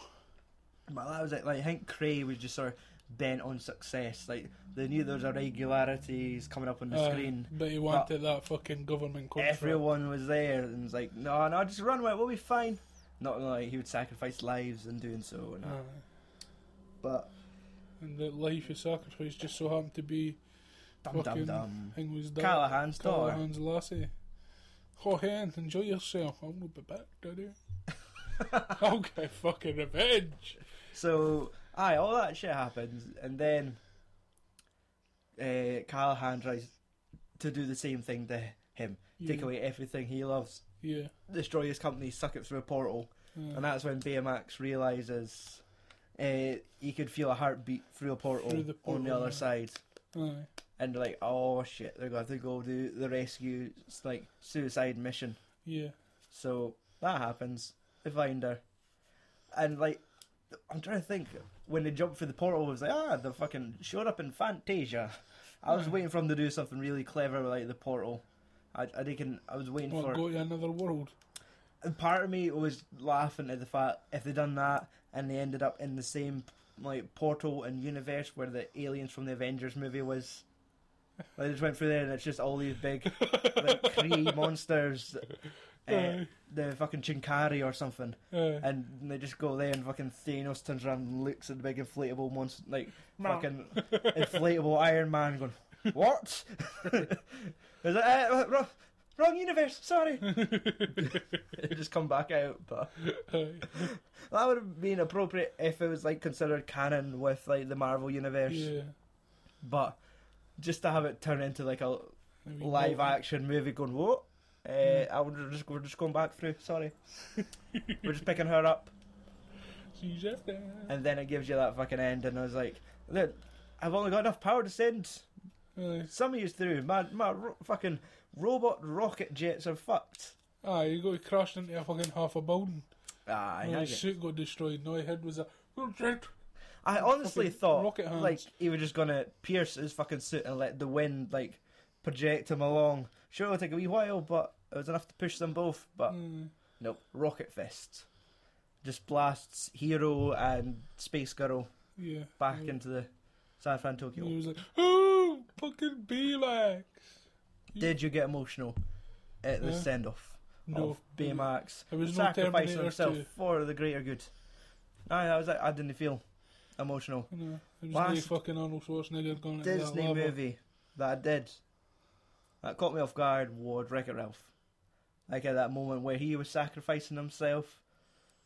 S1: But that was it. Like I think Cray was just sort of bent on success. Like they knew there was irregularities coming up on the
S2: Aye,
S1: screen.
S2: Um, But he wanted that fucking government contract.
S1: Everyone was there and was like, no, no, just run away, we'll be fine. Not like he would sacrifice lives in doing so, and
S2: Aye.
S1: but
S2: Uh, And that life is sacrifice just so happened to be
S1: dum dum
S2: fucking
S1: dum.
S2: thing was done.
S1: Callahan's daughter.
S2: Callahan's lassie. Oh, hen, enjoy yourself. I will be back, daddy. I'll get fucking revenge.
S1: So, aye, all that shit happens, and then uh, Callahan tries to do the same thing to him take
S2: Yeah.
S1: away everything he loves,
S2: Yeah.
S1: destroy his company, suck it through a portal.
S2: Uh,
S1: And that's when Baymax realizes uh, he could feel a heartbeat through a portal,
S2: Through the
S1: on the
S2: portal,
S1: other
S2: yeah.
S1: side.
S2: aye.
S1: And like, oh shit, they're going to go do the rescue, s- like suicide mission.
S2: Yeah.
S1: So that happens. They find her, and like, I'm trying to think when they jumped through the portal, it was like, ah, they fucking showed up in Fantasia. I was
S2: Aye.
S1: waiting for them to do something really clever with like the portal. I, I reckon I was waiting
S2: Well,
S1: for.
S2: go to another world.
S1: And part of me was laughing at the fact if they done that and they ended up in the same like portal and universe where the aliens from the Avengers movie was. Like, they just went through there and it's just all these big like Kree monsters, uh,
S2: Aye.
S1: the fucking Chinkari or something,
S2: Aye.
S1: and they just go there and fucking Thanos turns around and looks at the big inflatable monster, like fucking inflatable Iron Man, going, "What? Is it uh, wrong, wrong universe? Sorry." They just come back out. But
S2: Aye.
S1: that would have been appropriate if it was like considered canon with like the Marvel universe.
S2: Yeah.
S1: But just to have it turn into like a
S2: Maybe
S1: live
S2: not.
S1: action movie, going what? Uh, I would just we're just going back through. Sorry, we're just picking her up,
S2: She's up there.
S1: and then it gives you that fucking end. And I was like, look, I've only got enough power to send
S2: Aye.
S1: some of you through. My my ro- fucking robot rocket jets are fucked.
S2: Aye, you got crashed into a fucking half a building.
S1: Ah, I,
S2: My
S1: hang it.
S2: suit got destroyed. No, head was a.
S1: I honestly
S2: Fucking
S1: thought
S2: rocket hands.
S1: like he was just gonna pierce his fucking suit and let the wind like project him along. Sure, it'll take a wee while, but it was enough to push them both. But
S2: Mm.
S1: nope, rocket fist just blasts Hero and Space Girl
S2: Yeah.
S1: back
S2: Mm.
S1: into the San Fran Tokyo.
S2: He was like, "Oh, fucking Baymax."
S1: Did you get emotional at the
S2: Yeah.
S1: send off
S2: No,
S1: of Baymax
S2: There was no
S1: sacrificing
S2: Terminator
S1: himself
S2: 2.
S1: for the greater good? Aye, I was like, I didn't feel emotional.
S2: No, it was
S1: Last
S2: no fucking Arnold Schwarzenegger going into
S1: Disney
S2: that lava.
S1: movie that I did that caught me off guard was Wreck It Ralph. Like at that moment where he was sacrificing himself,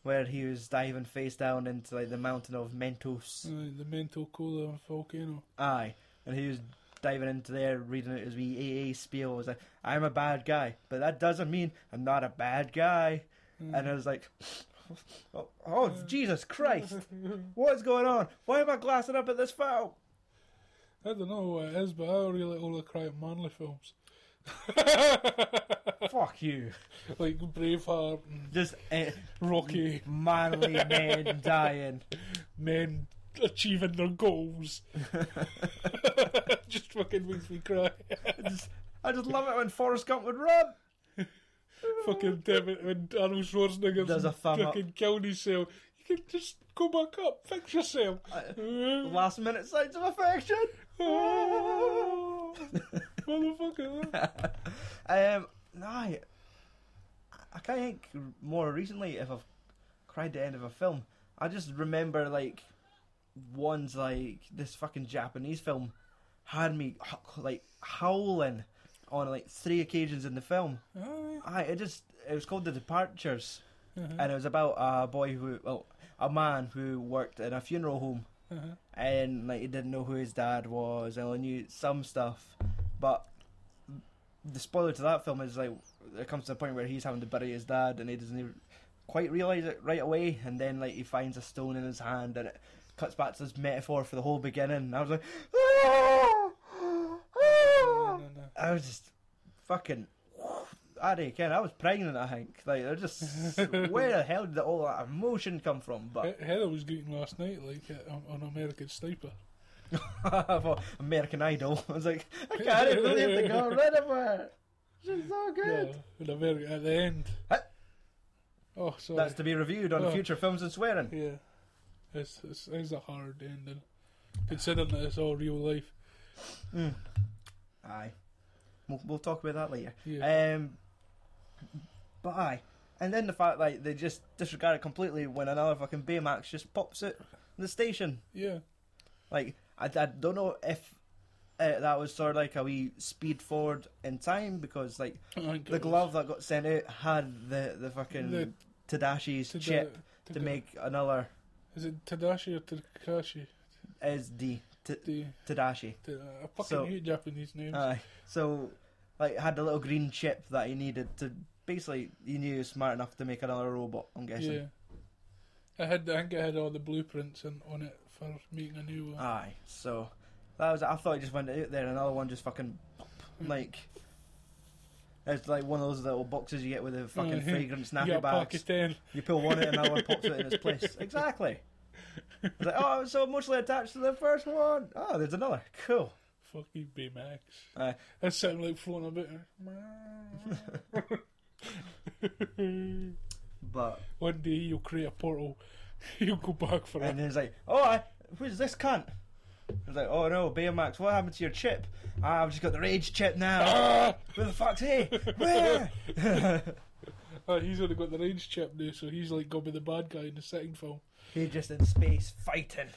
S1: where he was diving face down into like the mountain of Mentos.
S2: Aye, Uh, the mental cola volcano.
S1: Aye, and he was diving into there, reading it as wee AA spiel. It was like, "I'm a bad guy, but that doesn't mean I'm not a bad guy." And I was like, "Oh, oh Jesus Christ, what's going on? Why am I glassing up at this film?"
S2: I don't know what it is, but I really like all the cry at manly films,
S1: Fuck you.
S2: like Braveheart and
S1: Just. eh,
S2: Rocky,
S1: manly men dying.
S2: men achieving their goals. Just fucking makes me cry.
S1: I just love it when Forrest Gump would run.
S2: fucking damn it, when Arnold Schwarzenegger's
S1: Does a thumb up.
S2: fucking killed himself, you can just go back up, fix yourself.
S1: Last minute signs of affection.
S2: Motherfucker.
S1: Um, no, I, I can't think more recently if I've cried at the end of a film. I just remember like ones like this fucking Japanese film had me like howling on like three occasions in the film.
S2: Aye.
S1: I it just it was called The Departures.
S2: Uh-huh.
S1: and it was about a boy who, well, a man who worked in a funeral home,
S2: Uh-huh.
S1: and like he didn't know who his dad was, and only knew some stuff, but the spoiler to that film is like it comes to the point where he's having to bury his dad, and he doesn't even quite realize it right away, and then like he finds a stone in his hand, and it cuts back to this metaphor for the whole beginning. And I was like, "Ah,
S2: No, no, no.
S1: I was just fucking. Addy, Ken, I was pregnant, I think. Like, they're just. where the hell did all that emotion come from? But.
S2: He- Heather was greeting last night like uh, on- on American Sniper.
S1: for American Idol. I was like, I can't believe they got rid of her. She's so good.
S2: No, in America at the end.
S1: Huh?
S2: Oh, sorry.
S1: That's to be reviewed on
S2: Oh.
S1: future films and swearing.
S2: Yeah, it's, it's it's a hard ending, considering that it's all real life.
S1: Aye. We'll, we'll talk about that later.
S2: Yeah.
S1: Um, but aye. And then the fact like they just disregard it completely when another fucking Baymax just pops out the station.
S2: yeah.
S1: Like I, I don't know if uh, that was sort of like a wee speed forward in time because like
S2: I think
S1: the
S2: it was
S1: glove that got sent out had the the fucking
S2: The
S1: Tadashi's
S2: Tada-
S1: chip to
S2: Tada-
S1: make another
S2: Is it Tadashi or Takashi?
S1: is D T-
S2: The,
S1: Tadashi.
S2: the, uh, I fucking
S1: So- Uh,
S2: hate Japanese names.
S1: Aye. So like had a little green chip that he needed to basically he knew he was smart enough to make another robot, I'm guessing.
S2: yeah. I had I think I had all the blueprints in, on it for making a new uh, one.
S1: Aye. So that was I thought he just went out there and another one just fucking
S2: Mm.
S1: like it's like one of those little boxes you get with the fucking
S2: Mhm.
S1: fragrant
S2: you
S1: snappy
S2: got
S1: bags.
S2: Pakistan.
S1: You pull one out and another one pops out in its place. Exactly. It's like, oh, I was so emotionally attached to the first one. Oh, there's another. Cool.
S2: Fucking B-Max.
S1: Aye.
S2: That sound like flown a bit.
S1: But
S2: one day you'll create a portal. You'll go back for
S1: and
S2: it.
S1: then it's like, oh, I, who's this cunt? It's like, oh no, Baymax, what happened to your chip? Ah, I've just got the rage chip now.
S2: Ah!
S1: Where the fuck's he? Where?
S2: Ah, he's only got the range chip now, so he's like gonna be the bad guy in the second film.
S1: he's just in space fighting.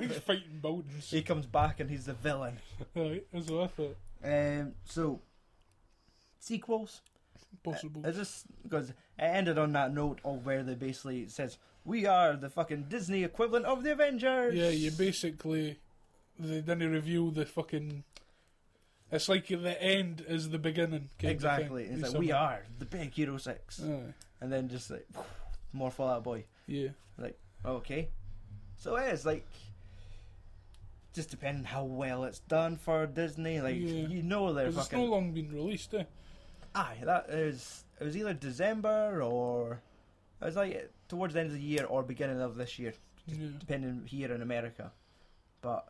S2: he's fighting mountains.
S1: He comes back and he's the villain.
S2: Right, that's what I thought.
S1: Um, so sequels.
S2: Possible.
S1: Is this because it ended on that note of where they basically says we are the fucking Disney equivalent of the Avengers.
S2: Yeah, you basically they didn't reveal the fucking. It's like the end is the beginning. kind of
S1: exactly.
S2: thing.
S1: It's like
S2: They
S1: we
S2: somehow-
S1: are the big Hero Six,
S2: Aye,
S1: and then just like more Fallout Boy.
S2: yeah,
S1: Okay, so yeah, it's like just depending how well it's done for Disney. Like
S2: Yeah.
S1: you know they're
S2: 'Cause it's
S1: fucking
S2: no long been released. Eh?
S1: aye. That is it was either December or it was like towards the end of the year or beginning of this year.
S2: Yeah.
S1: depending here in America. But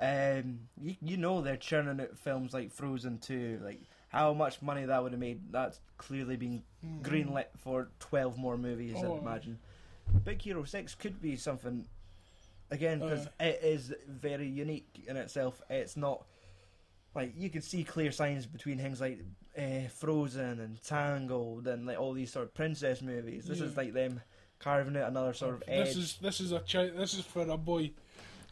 S1: um, you you know they're churning out films like Frozen Two. Like how much money that would have made. That's clearly been
S2: Mm.
S1: greenlit for twelve more movies.
S2: Oh, aye.
S1: I'd imagine. Big Hero Six could be something again
S2: Uh.
S1: because it is very unique in itself. It's not like you could see clear signs between things like. Uh, Frozen and Tangled and like all these sort of princess movies. This is
S2: Yeah.
S1: like them carving out another sort of edge.
S2: This is this is a chi- this is for a boy,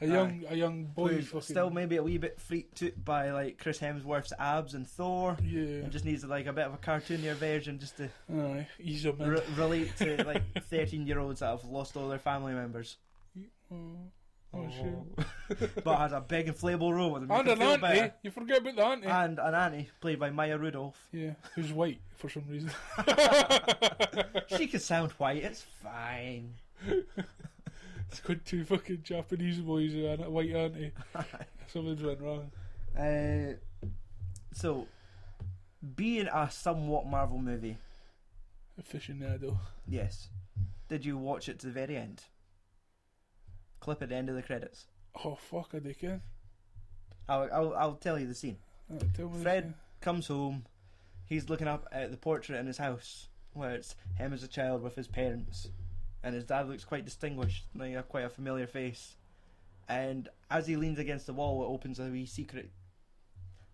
S2: a
S1: Aye.
S2: young a young boy.
S1: who's
S2: fucking,
S1: still maybe a wee bit freaked out by like Chris Hemsworth's abs and Thor,
S2: yeah.
S1: and just needs like a bit of a cartoonier version just to
S2: Aye, he's a man.
S1: re- relate to like thirteen-year-olds that have lost all their family members,
S2: oh, oh, shit.
S1: but has a big inflatable room with him.
S2: And an auntie. You forget about the auntie.
S1: and an auntie played by Maya Rudolph.
S2: yeah, who's white for some reason.
S1: She can sound white. It's fine.
S2: It's got two fucking Japanese boys and a white auntie. Something's went wrong.
S1: Uh, so, being a somewhat Marvel movie,
S2: Aficionado.
S1: yes. Did you watch it to the very end? Clip at the end of the credits.
S2: Oh fuck, I dickhead.
S1: I'll, I'll, I'll tell you the scene.
S2: Oh, tell me this
S1: Fred.
S2: now.
S1: Comes home, he's looking up at the portrait in his house, where it's him as a child with his parents, and his dad looks quite distinguished, like a, quite a familiar face. And as he leans against the wall, it opens a wee secret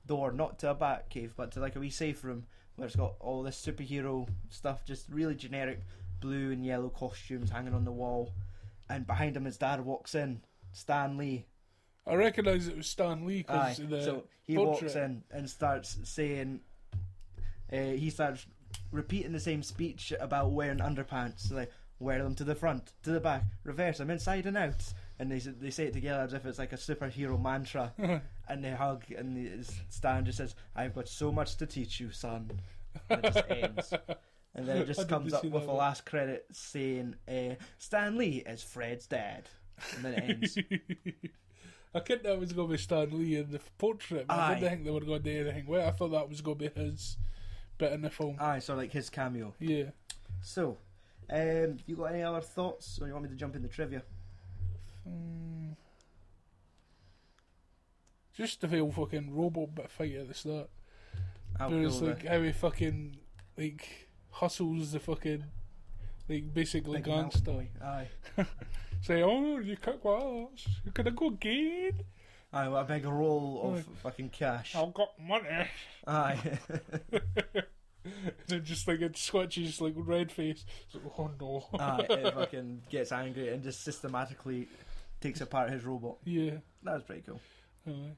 S1: door, not to a bat cave, but to like a wee safe room where it's got all this superhero stuff, just really generic blue and yellow costumes hanging on the wall. And behind him, his dad walks in, Stan Lee,
S2: I recognise it was Stan Lee
S1: Aye.
S2: because the
S1: so he
S2: portrait.
S1: walks in and starts saying, uh, he starts repeating the same speech about wearing underpants. So like, wear them to the front, to the back, reverse them inside and out. And they s- they say it together as if it's like a superhero mantra. and they hug, and the, Stan just says, "I've got so much to teach you, son." And it just ends. And then it
S2: I
S1: just
S2: didn't
S1: comes up
S2: see
S1: with
S2: that
S1: the
S2: one.
S1: last credit saying, uh, "Stan Lee is Fred's dad," and then it ends.
S2: I couldn't that was going to be Stan Lee in the portrait, but I didn't
S1: Aye.
S2: think they were going to do anything with it. I thought that was going to be his bit in the film.
S1: Aye, so like his cameo.
S2: yeah.
S1: So, um, you got any other thoughts, or you want me to jump into trivia?
S2: Hmm. Just the whole fucking robot bit fight at the start.
S1: I'll
S2: Where it's
S1: go
S2: like
S1: with-
S2: how he fucking like hustles the fucking like basically
S1: like a
S2: gangster.
S1: mountain boy. Aye,
S2: Say, oh, you kick my ass. Can I go again?
S1: aye, with a big roll of
S2: Aye.
S1: fucking cash.
S2: I've got money.
S1: Aye,
S2: And then just like it switches like red face. It's like, oh no.
S1: aye, it fucking gets angry and just systematically takes apart his robot.
S2: Yeah.
S1: That was pretty cool.
S2: Aye.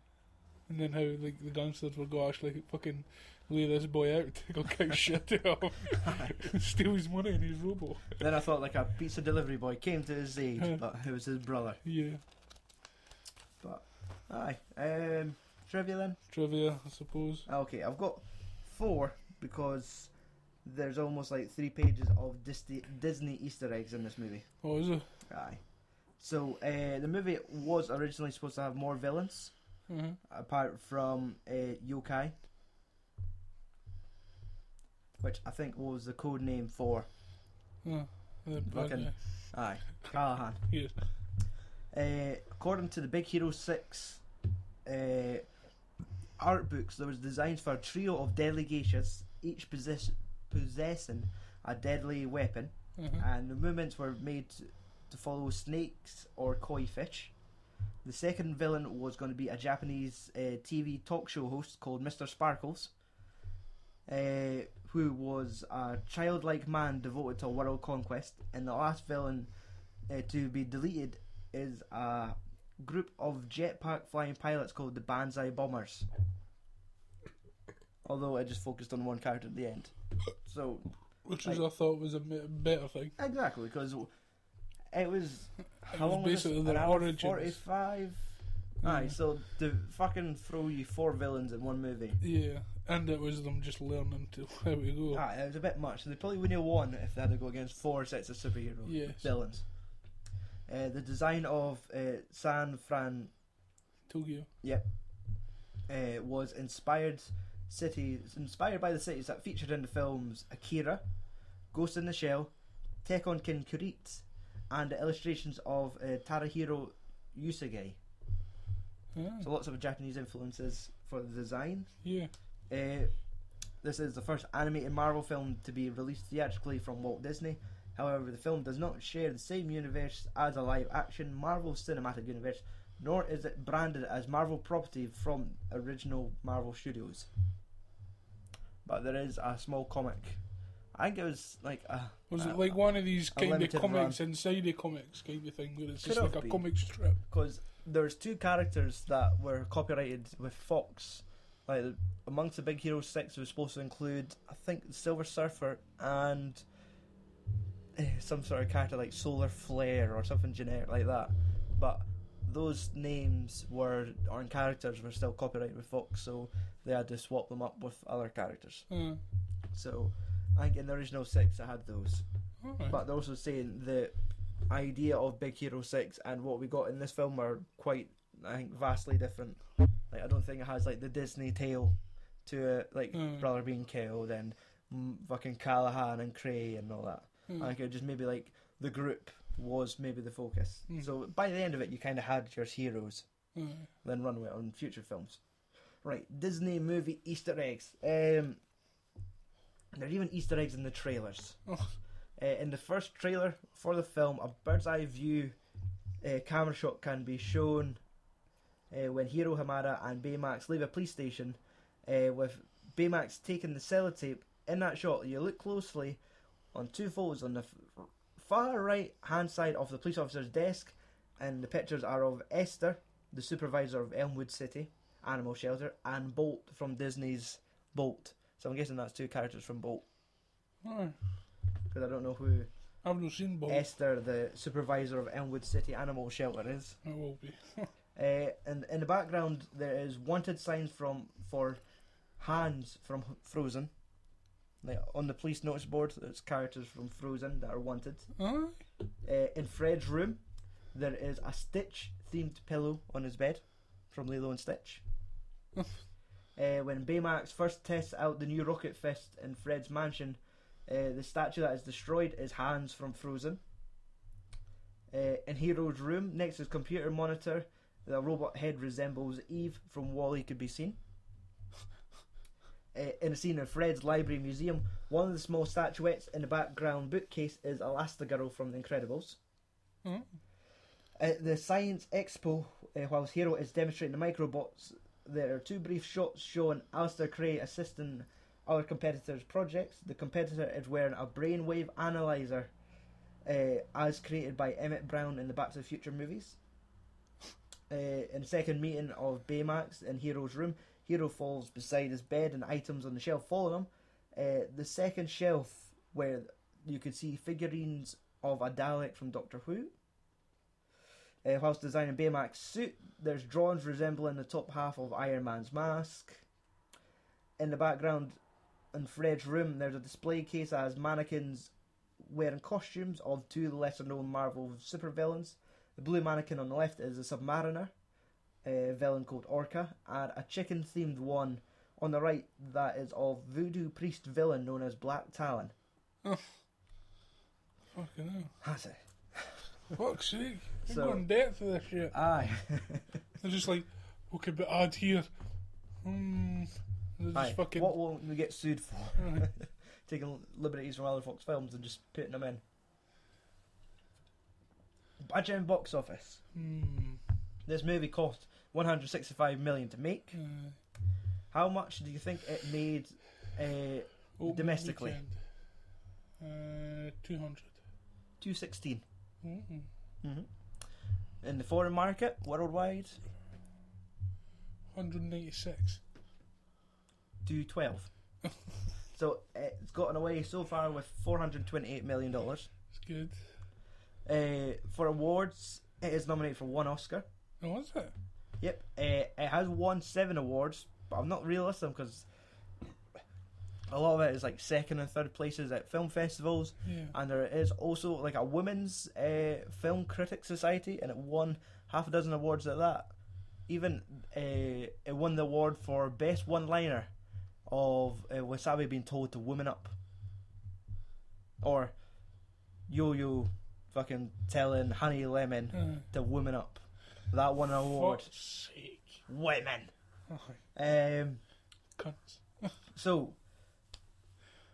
S2: And then how like the downstairs were go actually fucking lay this boy out to go kick shit out of him. Steal his money and his robo.
S1: Then I thought like a pizza delivery boy came to his aid, but it was his brother.
S2: Yeah.
S1: But aye, um, trivia then. Ah,
S2: Trivia, I suppose.
S1: Okay, I've got four because there's almost like three pages of Disney Disney Easter eggs in this movie.
S2: Oh, is it?
S1: Aye. So uh, the movie was originally supposed to have more villains,
S2: Uh-huh.
S1: apart from uh, yokai, which I think was the code name for
S2: Uh, the bad
S1: Fucking-
S2: guy.
S1: aye Callahan.
S2: Yeah.
S1: Uh, according to the Big Hero 6 uh, art books, there was designs for a trio of deadly geishas, each possess- possessing a deadly weapon,
S2: Uh-huh.
S1: and the movements were made to- to follow snakes or koi fish. The second villain was going to be a Japanese uh, TV talk show host called Mr. Sparkles, uh, who was a childlike man devoted to world conquest. And the last villain uh, to be deleted is a group of jetpack flying pilots called the Banzai Bombers. Although I just focused on one character at the end. So,
S2: Which was, I thought was a me- better thing.
S1: exactly, because it was.
S2: It
S1: How
S2: was
S1: long was
S2: basically
S1: this?
S2: their
S1: An hour
S2: origins.
S1: 45? Aye,
S2: Mm.
S1: so to fucking throw you four villains in one movie.
S2: Yeah, and it was them just learning to how to go.
S1: Ah, it was a bit much. They probably wouldn't have won if they had to go against four sets of superhero
S2: Yes.
S1: villains. Uh, the design of uh, San Fran
S2: Tokyo.
S1: uh, was inspired cities inspired by the cities that featured in the films Akira, Ghost in the Shell, Tekken Kin Kurit, and the illustrations of uh, Tarahiro Yusuke.
S2: Ah,
S1: So lots of Japanese influences for the design.
S2: yeah.
S1: Uh, this is the first animated Marvel film to be released theatrically from Walt Disney. However, the film does not share the same universe as a live action Marvel cinematic universe, nor is it branded as Marvel property from original Marvel Studios. But there is a small comic. I think it was like a.
S2: Was
S1: Uh,
S2: it like one of these
S1: a
S2: kind of
S1: limited
S2: comics inside the comics kind of thing where it's
S1: Could
S2: just like
S1: have
S2: a
S1: been.
S2: comic strip?
S1: Because there's two characters that were copyrighted with Fox. Like amongst the Big Hero Six was supposed to include, I think, Silver Surfer and eh, some sort of character like Solar Flare or something generic like that. But those names were on characters were still copyrighted with Fox, so they had to swap them up with other characters.
S2: Uh,
S1: So I think in the original six, I had those.
S2: alright.
S1: But they're also saying the idea of Big Hero Six and what we got in this film are quite, I think, vastly different. Like I don't think it has like the Disney tale to it, like
S2: Mm.
S1: brother being killed and mm, fucking Callahan and Cray and all that.
S2: Mm.
S1: Like it just maybe like the group was maybe the focus.
S2: Mm.
S1: So by the end of it, you kind of had your heroes,
S2: Aye.
S1: then run with it on future films. Right, Disney movie Easter eggs. Um, there are even Easter eggs in the trailers.
S2: Oh.
S1: Uh, in the first trailer for the film, a bird's eye view uh, camera shot can be shown uh, when Hiro Hamada and Baymax leave a police station. Uh, with Baymax taking the sellotape, in that shot, you look closely on two photos on the f- far right hand side of the police officer's desk, and the pictures are of Esther, the supervisor of Elmwood City Animal Shelter, and Bolt from Disney's Bolt. So I'm guessing that's two characters from Bolt,
S2: Aye.
S1: because I don't know who.
S2: I've not seen Bob.
S1: Esther, the supervisor of Elmwood City Animal Shelter, is.
S2: It will be.
S1: Uh, and in the background, there is wanted signs from for Hans from Frozen. Like on the police notice board, there's characters from Frozen that are wanted.
S2: Aye.
S1: Uh, in Fred's room, there is a Stitch themed pillow on his bed from Lilo and Stitch. uh, when Baymax first tests out the new rocket fist in Fred's mansion, uh, the statue that is destroyed is Hans from Frozen. Uh, in Hero's room, next to his computer monitor, the robot head resembles Eve from Wally could be seen. Uh, in a scene in Fred's library museum, one of the small statuettes in the background bookcase is Elastigirl from The Incredibles.
S2: Mm.
S1: At the Science Expo, uh, whilst Hero is demonstrating the microbots, there are two brief shots showing Alistair Cray assisting other competitors' projects. The competitor is wearing a brainwave analyzer, uh, as created by Emmett Brown in the Back to the Future movies. uh, in second meeting of Baymax in Hero's room, Hero falls beside his bed and items on the shelf fall on him. Uh, the second shelf where you could see figurines of a Dalek from Doctor Who. Uh, whilst designing Baymax suit, there's drawings resembling the top half of Iron Man's mask. In the background, in Fred's room, there's a display case that has mannequins wearing costumes of two lesser-known Marvel supervillains. The blue mannequin on the left is a Submariner, uh, villain called Orca, and a chicken-themed one on the right that is of voodoo priest villain known as Black Talon.
S2: Fucking hell.
S1: That's it.
S2: Fuck's sake. We're
S1: So-
S2: going depth with this shit.
S1: Aye.
S2: They're just like, what could be odd here? Hmm. They're just
S1: Aye.
S2: fucking.
S1: What will we get sued for? Taking liberties from other Fox films and just putting them in. Budget and box office.
S2: Hmm.
S1: This movie cost 165 million to make.
S2: Uh,
S1: How much do you think it made? Uh,
S2: opening
S1: Domestically.
S2: weekend. Uh, 200.
S1: 216
S2: Mm-hmm.
S1: Mm-hmm. in the foreign market worldwide.
S2: 196.
S1: 212. so uh, it's gotten away so far with 428 million dollars.
S2: It's good.
S1: Uh, for awards, it is nominated for one Oscar.
S2: Oh, was it?
S1: Yep, uh, it has won seven awards, but I'm not realistic because a lot of it is like second and third places at film festivals,
S2: Yeah.
S1: and there is also like a women's uh, film critic society, and it won half a dozen awards at that. Even uh, it won the award for best one-liner of uh, Wasabi being told to woman up, or Yo-Yo fucking telling Honey Lemon
S2: Uh,
S1: to woman up. That won an award.
S2: Fuck's sake.
S1: Women.
S2: Oh,
S1: Um,
S2: cunts.
S1: so,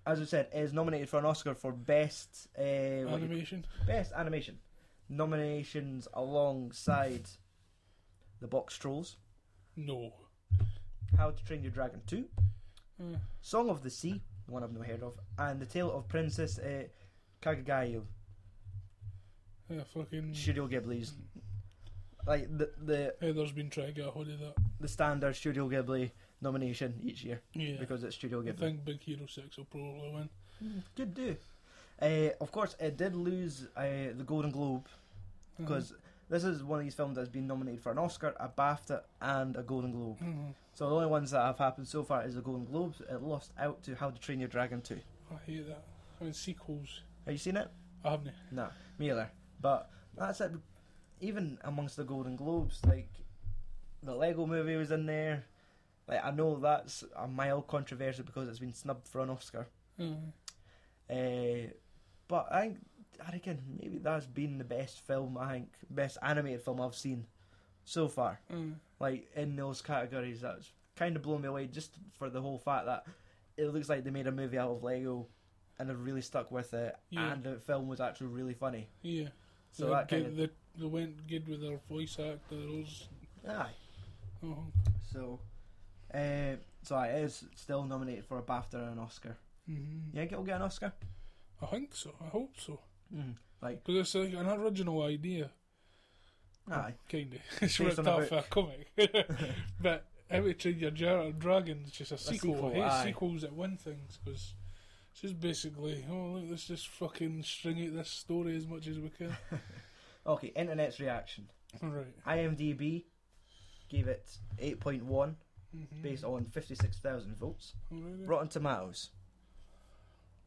S1: as I said, is nominated for an Oscar for best uh, what you-
S2: Animation.
S1: best animation nominations alongside the box trolls,
S2: No.
S1: How to Train Your Dragon Two,
S2: Uh,
S1: Song of the Sea, one I've never heard of, and the Tale of Princess uh, Kagagayo,
S2: yeah, fucking.
S1: Studio Ghibli's. Like the the
S2: Heather's been trying to get a hold of that.
S1: the standard Studio Ghibli nomination each year
S2: Yeah.
S1: because it's Studio
S2: I
S1: Ghibli.
S2: think Big Hero 6 will probably win. Hmm.
S1: Good do. Uh, of course, it did lose uh, the Golden Globe
S2: Mm-hmm.
S1: because this is one of these films that's been nominated for an Oscar, a BAFTA, and a Golden Globe.
S2: hmm
S1: So the only ones that have happened so far is the Golden Globes. It lost out to How to Train Your Dragon 2.
S2: I hate that. I mean, sequels.
S1: Have you seen it?
S2: I haven't.
S1: No, me either. But that's it. Even amongst the Golden Globes, like the Lego Movie was in there. Like I know that's a mild controversy because it's been snubbed for an Oscar.
S2: Uh,
S1: Uh, but I, think- I reckon maybe that's been the best film I think, best animated film I've seen so far.
S2: uh,
S1: Like in those categories, that's kind of blown me away just for the whole fact that it looks like they made a movie out of Lego, and they've really stuck with it,
S2: Yeah.
S1: and the film was actually really funny.
S2: yeah.
S1: So
S2: they,
S1: that kind
S2: did-
S1: of
S2: they, they went good with their voice actors.
S1: aye.
S2: Oh,
S1: So, uh, so it is still nominated for a BAFTA and an Oscar.
S2: hmm
S1: You think it'll get an Oscar?
S2: I think so. I hope so.
S1: Mm. Like
S2: Because it's like an original idea,
S1: Hmm. aye,
S2: kind of. It's
S1: Based
S2: ripped
S1: on a
S2: off a comic. but How to Train Your Jar- Dragon's just a sequel.
S1: sequel,
S2: I hate
S1: aye.
S2: sequels that win things because it's just basically, oh, look, let's just fucking string out this story as much as we can.
S1: okay. Internet's reaction.
S2: Alright.
S1: IMDb gave it 8.1
S2: Mm-hmm.
S1: based on 56,000 votes. Rotten Tomatoes.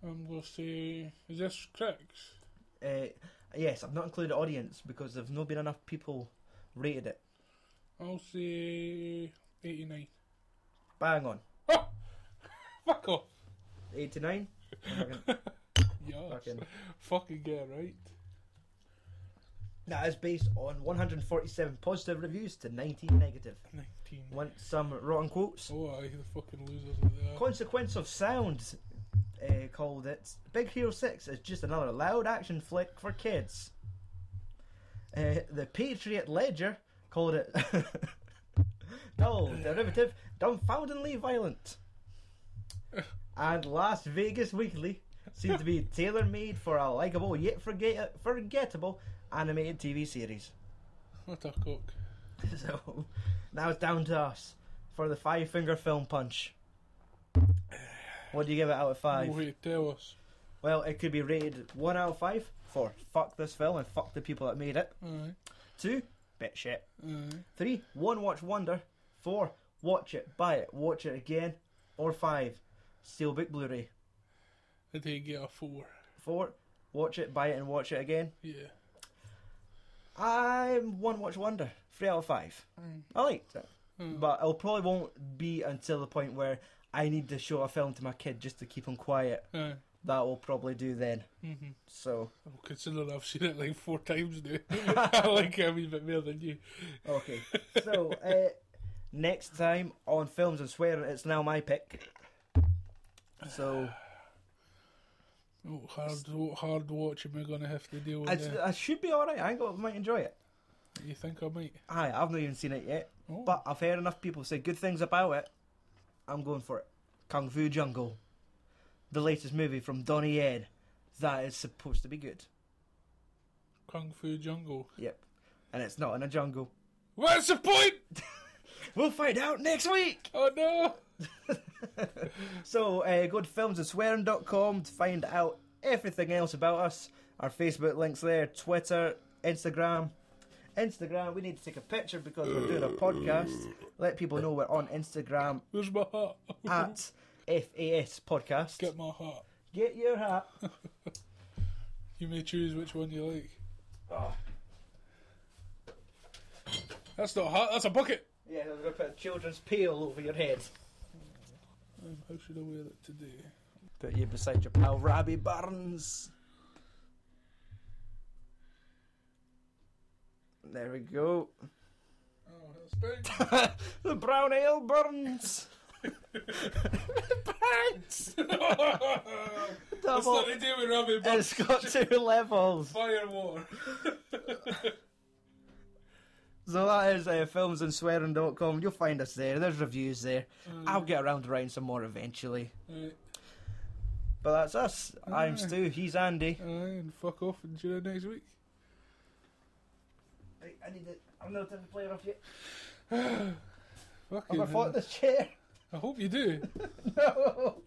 S2: I'm going to say, is this critics?
S1: Uh, yes, I've not included audience because there've not been enough people rated it.
S2: I'll say 89.
S1: Bang on.
S2: Fuck off.
S1: 89. Fucking-
S2: Yeah.
S1: fucking-
S2: Fucking get it right.
S1: That is based on 147 positive reviews to 19 negative.
S2: 19.
S1: Want some rotten quotes?
S2: Oh, aye, the fucking losers of the
S1: Consequence of Sound uh, called it. Big Hero 6 is just another loud action flick for kids. Uh, the Patriot Ledger called it dull, derivative, dumbfoundingly violent. And Las Vegas Weekly seems to be tailor made for a likable yet forget- forgettable animated TV series.
S2: What a cock.
S1: So now it's down to us for the five finger film punch. What do you give it out of five?
S2: Oh, hey, tell us.
S1: Well, it could be rated one out of five for fuck this film and fuck the people that made it.
S2: Alright,
S1: Two, bit shit.
S2: alright.
S1: Three, one watch wonder. Four, watch it, buy it, watch it again. Or five, steelbook Blu-ray.
S2: I think get a four.
S1: Four, watch it, buy it, and watch it again.
S2: Yeah.
S1: I'm one watch wonder. Three out of five. I liked it,
S2: Mm.
S1: but it'll probably won't be until the point where I need to show a film to my kid just to keep him quiet.
S2: Aye.
S1: That will probably do then.
S2: Mm-hmm.
S1: So
S2: Well, considering I've seen it like four times now, I like it a wee bit more than you.
S1: okay. so uh, next time on films and swearing, it's now my pick. So
S2: What Oh, hard, what hard watch am I going to have to deal with?
S1: I,
S2: now?
S1: I should be all right. I think I might enjoy it.
S2: You think I might?
S1: Aye, I've not even seen it yet,
S2: Oh.
S1: but I've heard enough people say good things about it. I'm going for it. Kung Fu Jungle, the latest movie from Donnie Yen, that is supposed to be good.
S2: Kung Fu Jungle.
S1: Yep, and it's not in a jungle.
S2: What's the point?
S1: We'll find out next week.
S2: Oh no!
S1: So uh, go to filmsandswearing.com to find out everything else about us. Our Facebook links there, Twitter, Instagram. Instagram, we need to take a picture because we're doing a podcast. Let people know we're on Instagram
S2: Where's my hat?
S1: at FAS Podcast.
S2: Get my hat.
S1: Get your hat.
S2: You may choose which one you like.
S1: Oh.
S2: That's not a hat, that's a bucket!
S1: Yeah, I'm gonna put a children's peel over your head.
S2: Um, How should I wear it today?
S1: Put you beside your pal Robbie Burns. There we go.
S2: Oh, that's big!
S1: the brown ale burns. burns.
S2: that's
S1: Double.
S2: not the day we Robbie
S1: It's
S2: Burns.
S1: got two levels.
S2: Fire war.
S1: So that is uh, filmsandswearing.com. You'll find us there. There's reviews there. I'll get around to writing some more eventually.
S2: Right.
S1: But that's us. I'm
S2: Aye.
S1: Stu. He's Andy.
S2: Aye, and fuck off and tune in next week.
S1: I need it. I'm not a player off yet.
S2: Fucking
S1: Have I
S2: hell.
S1: fought this chair?
S2: I hope you do.
S1: No.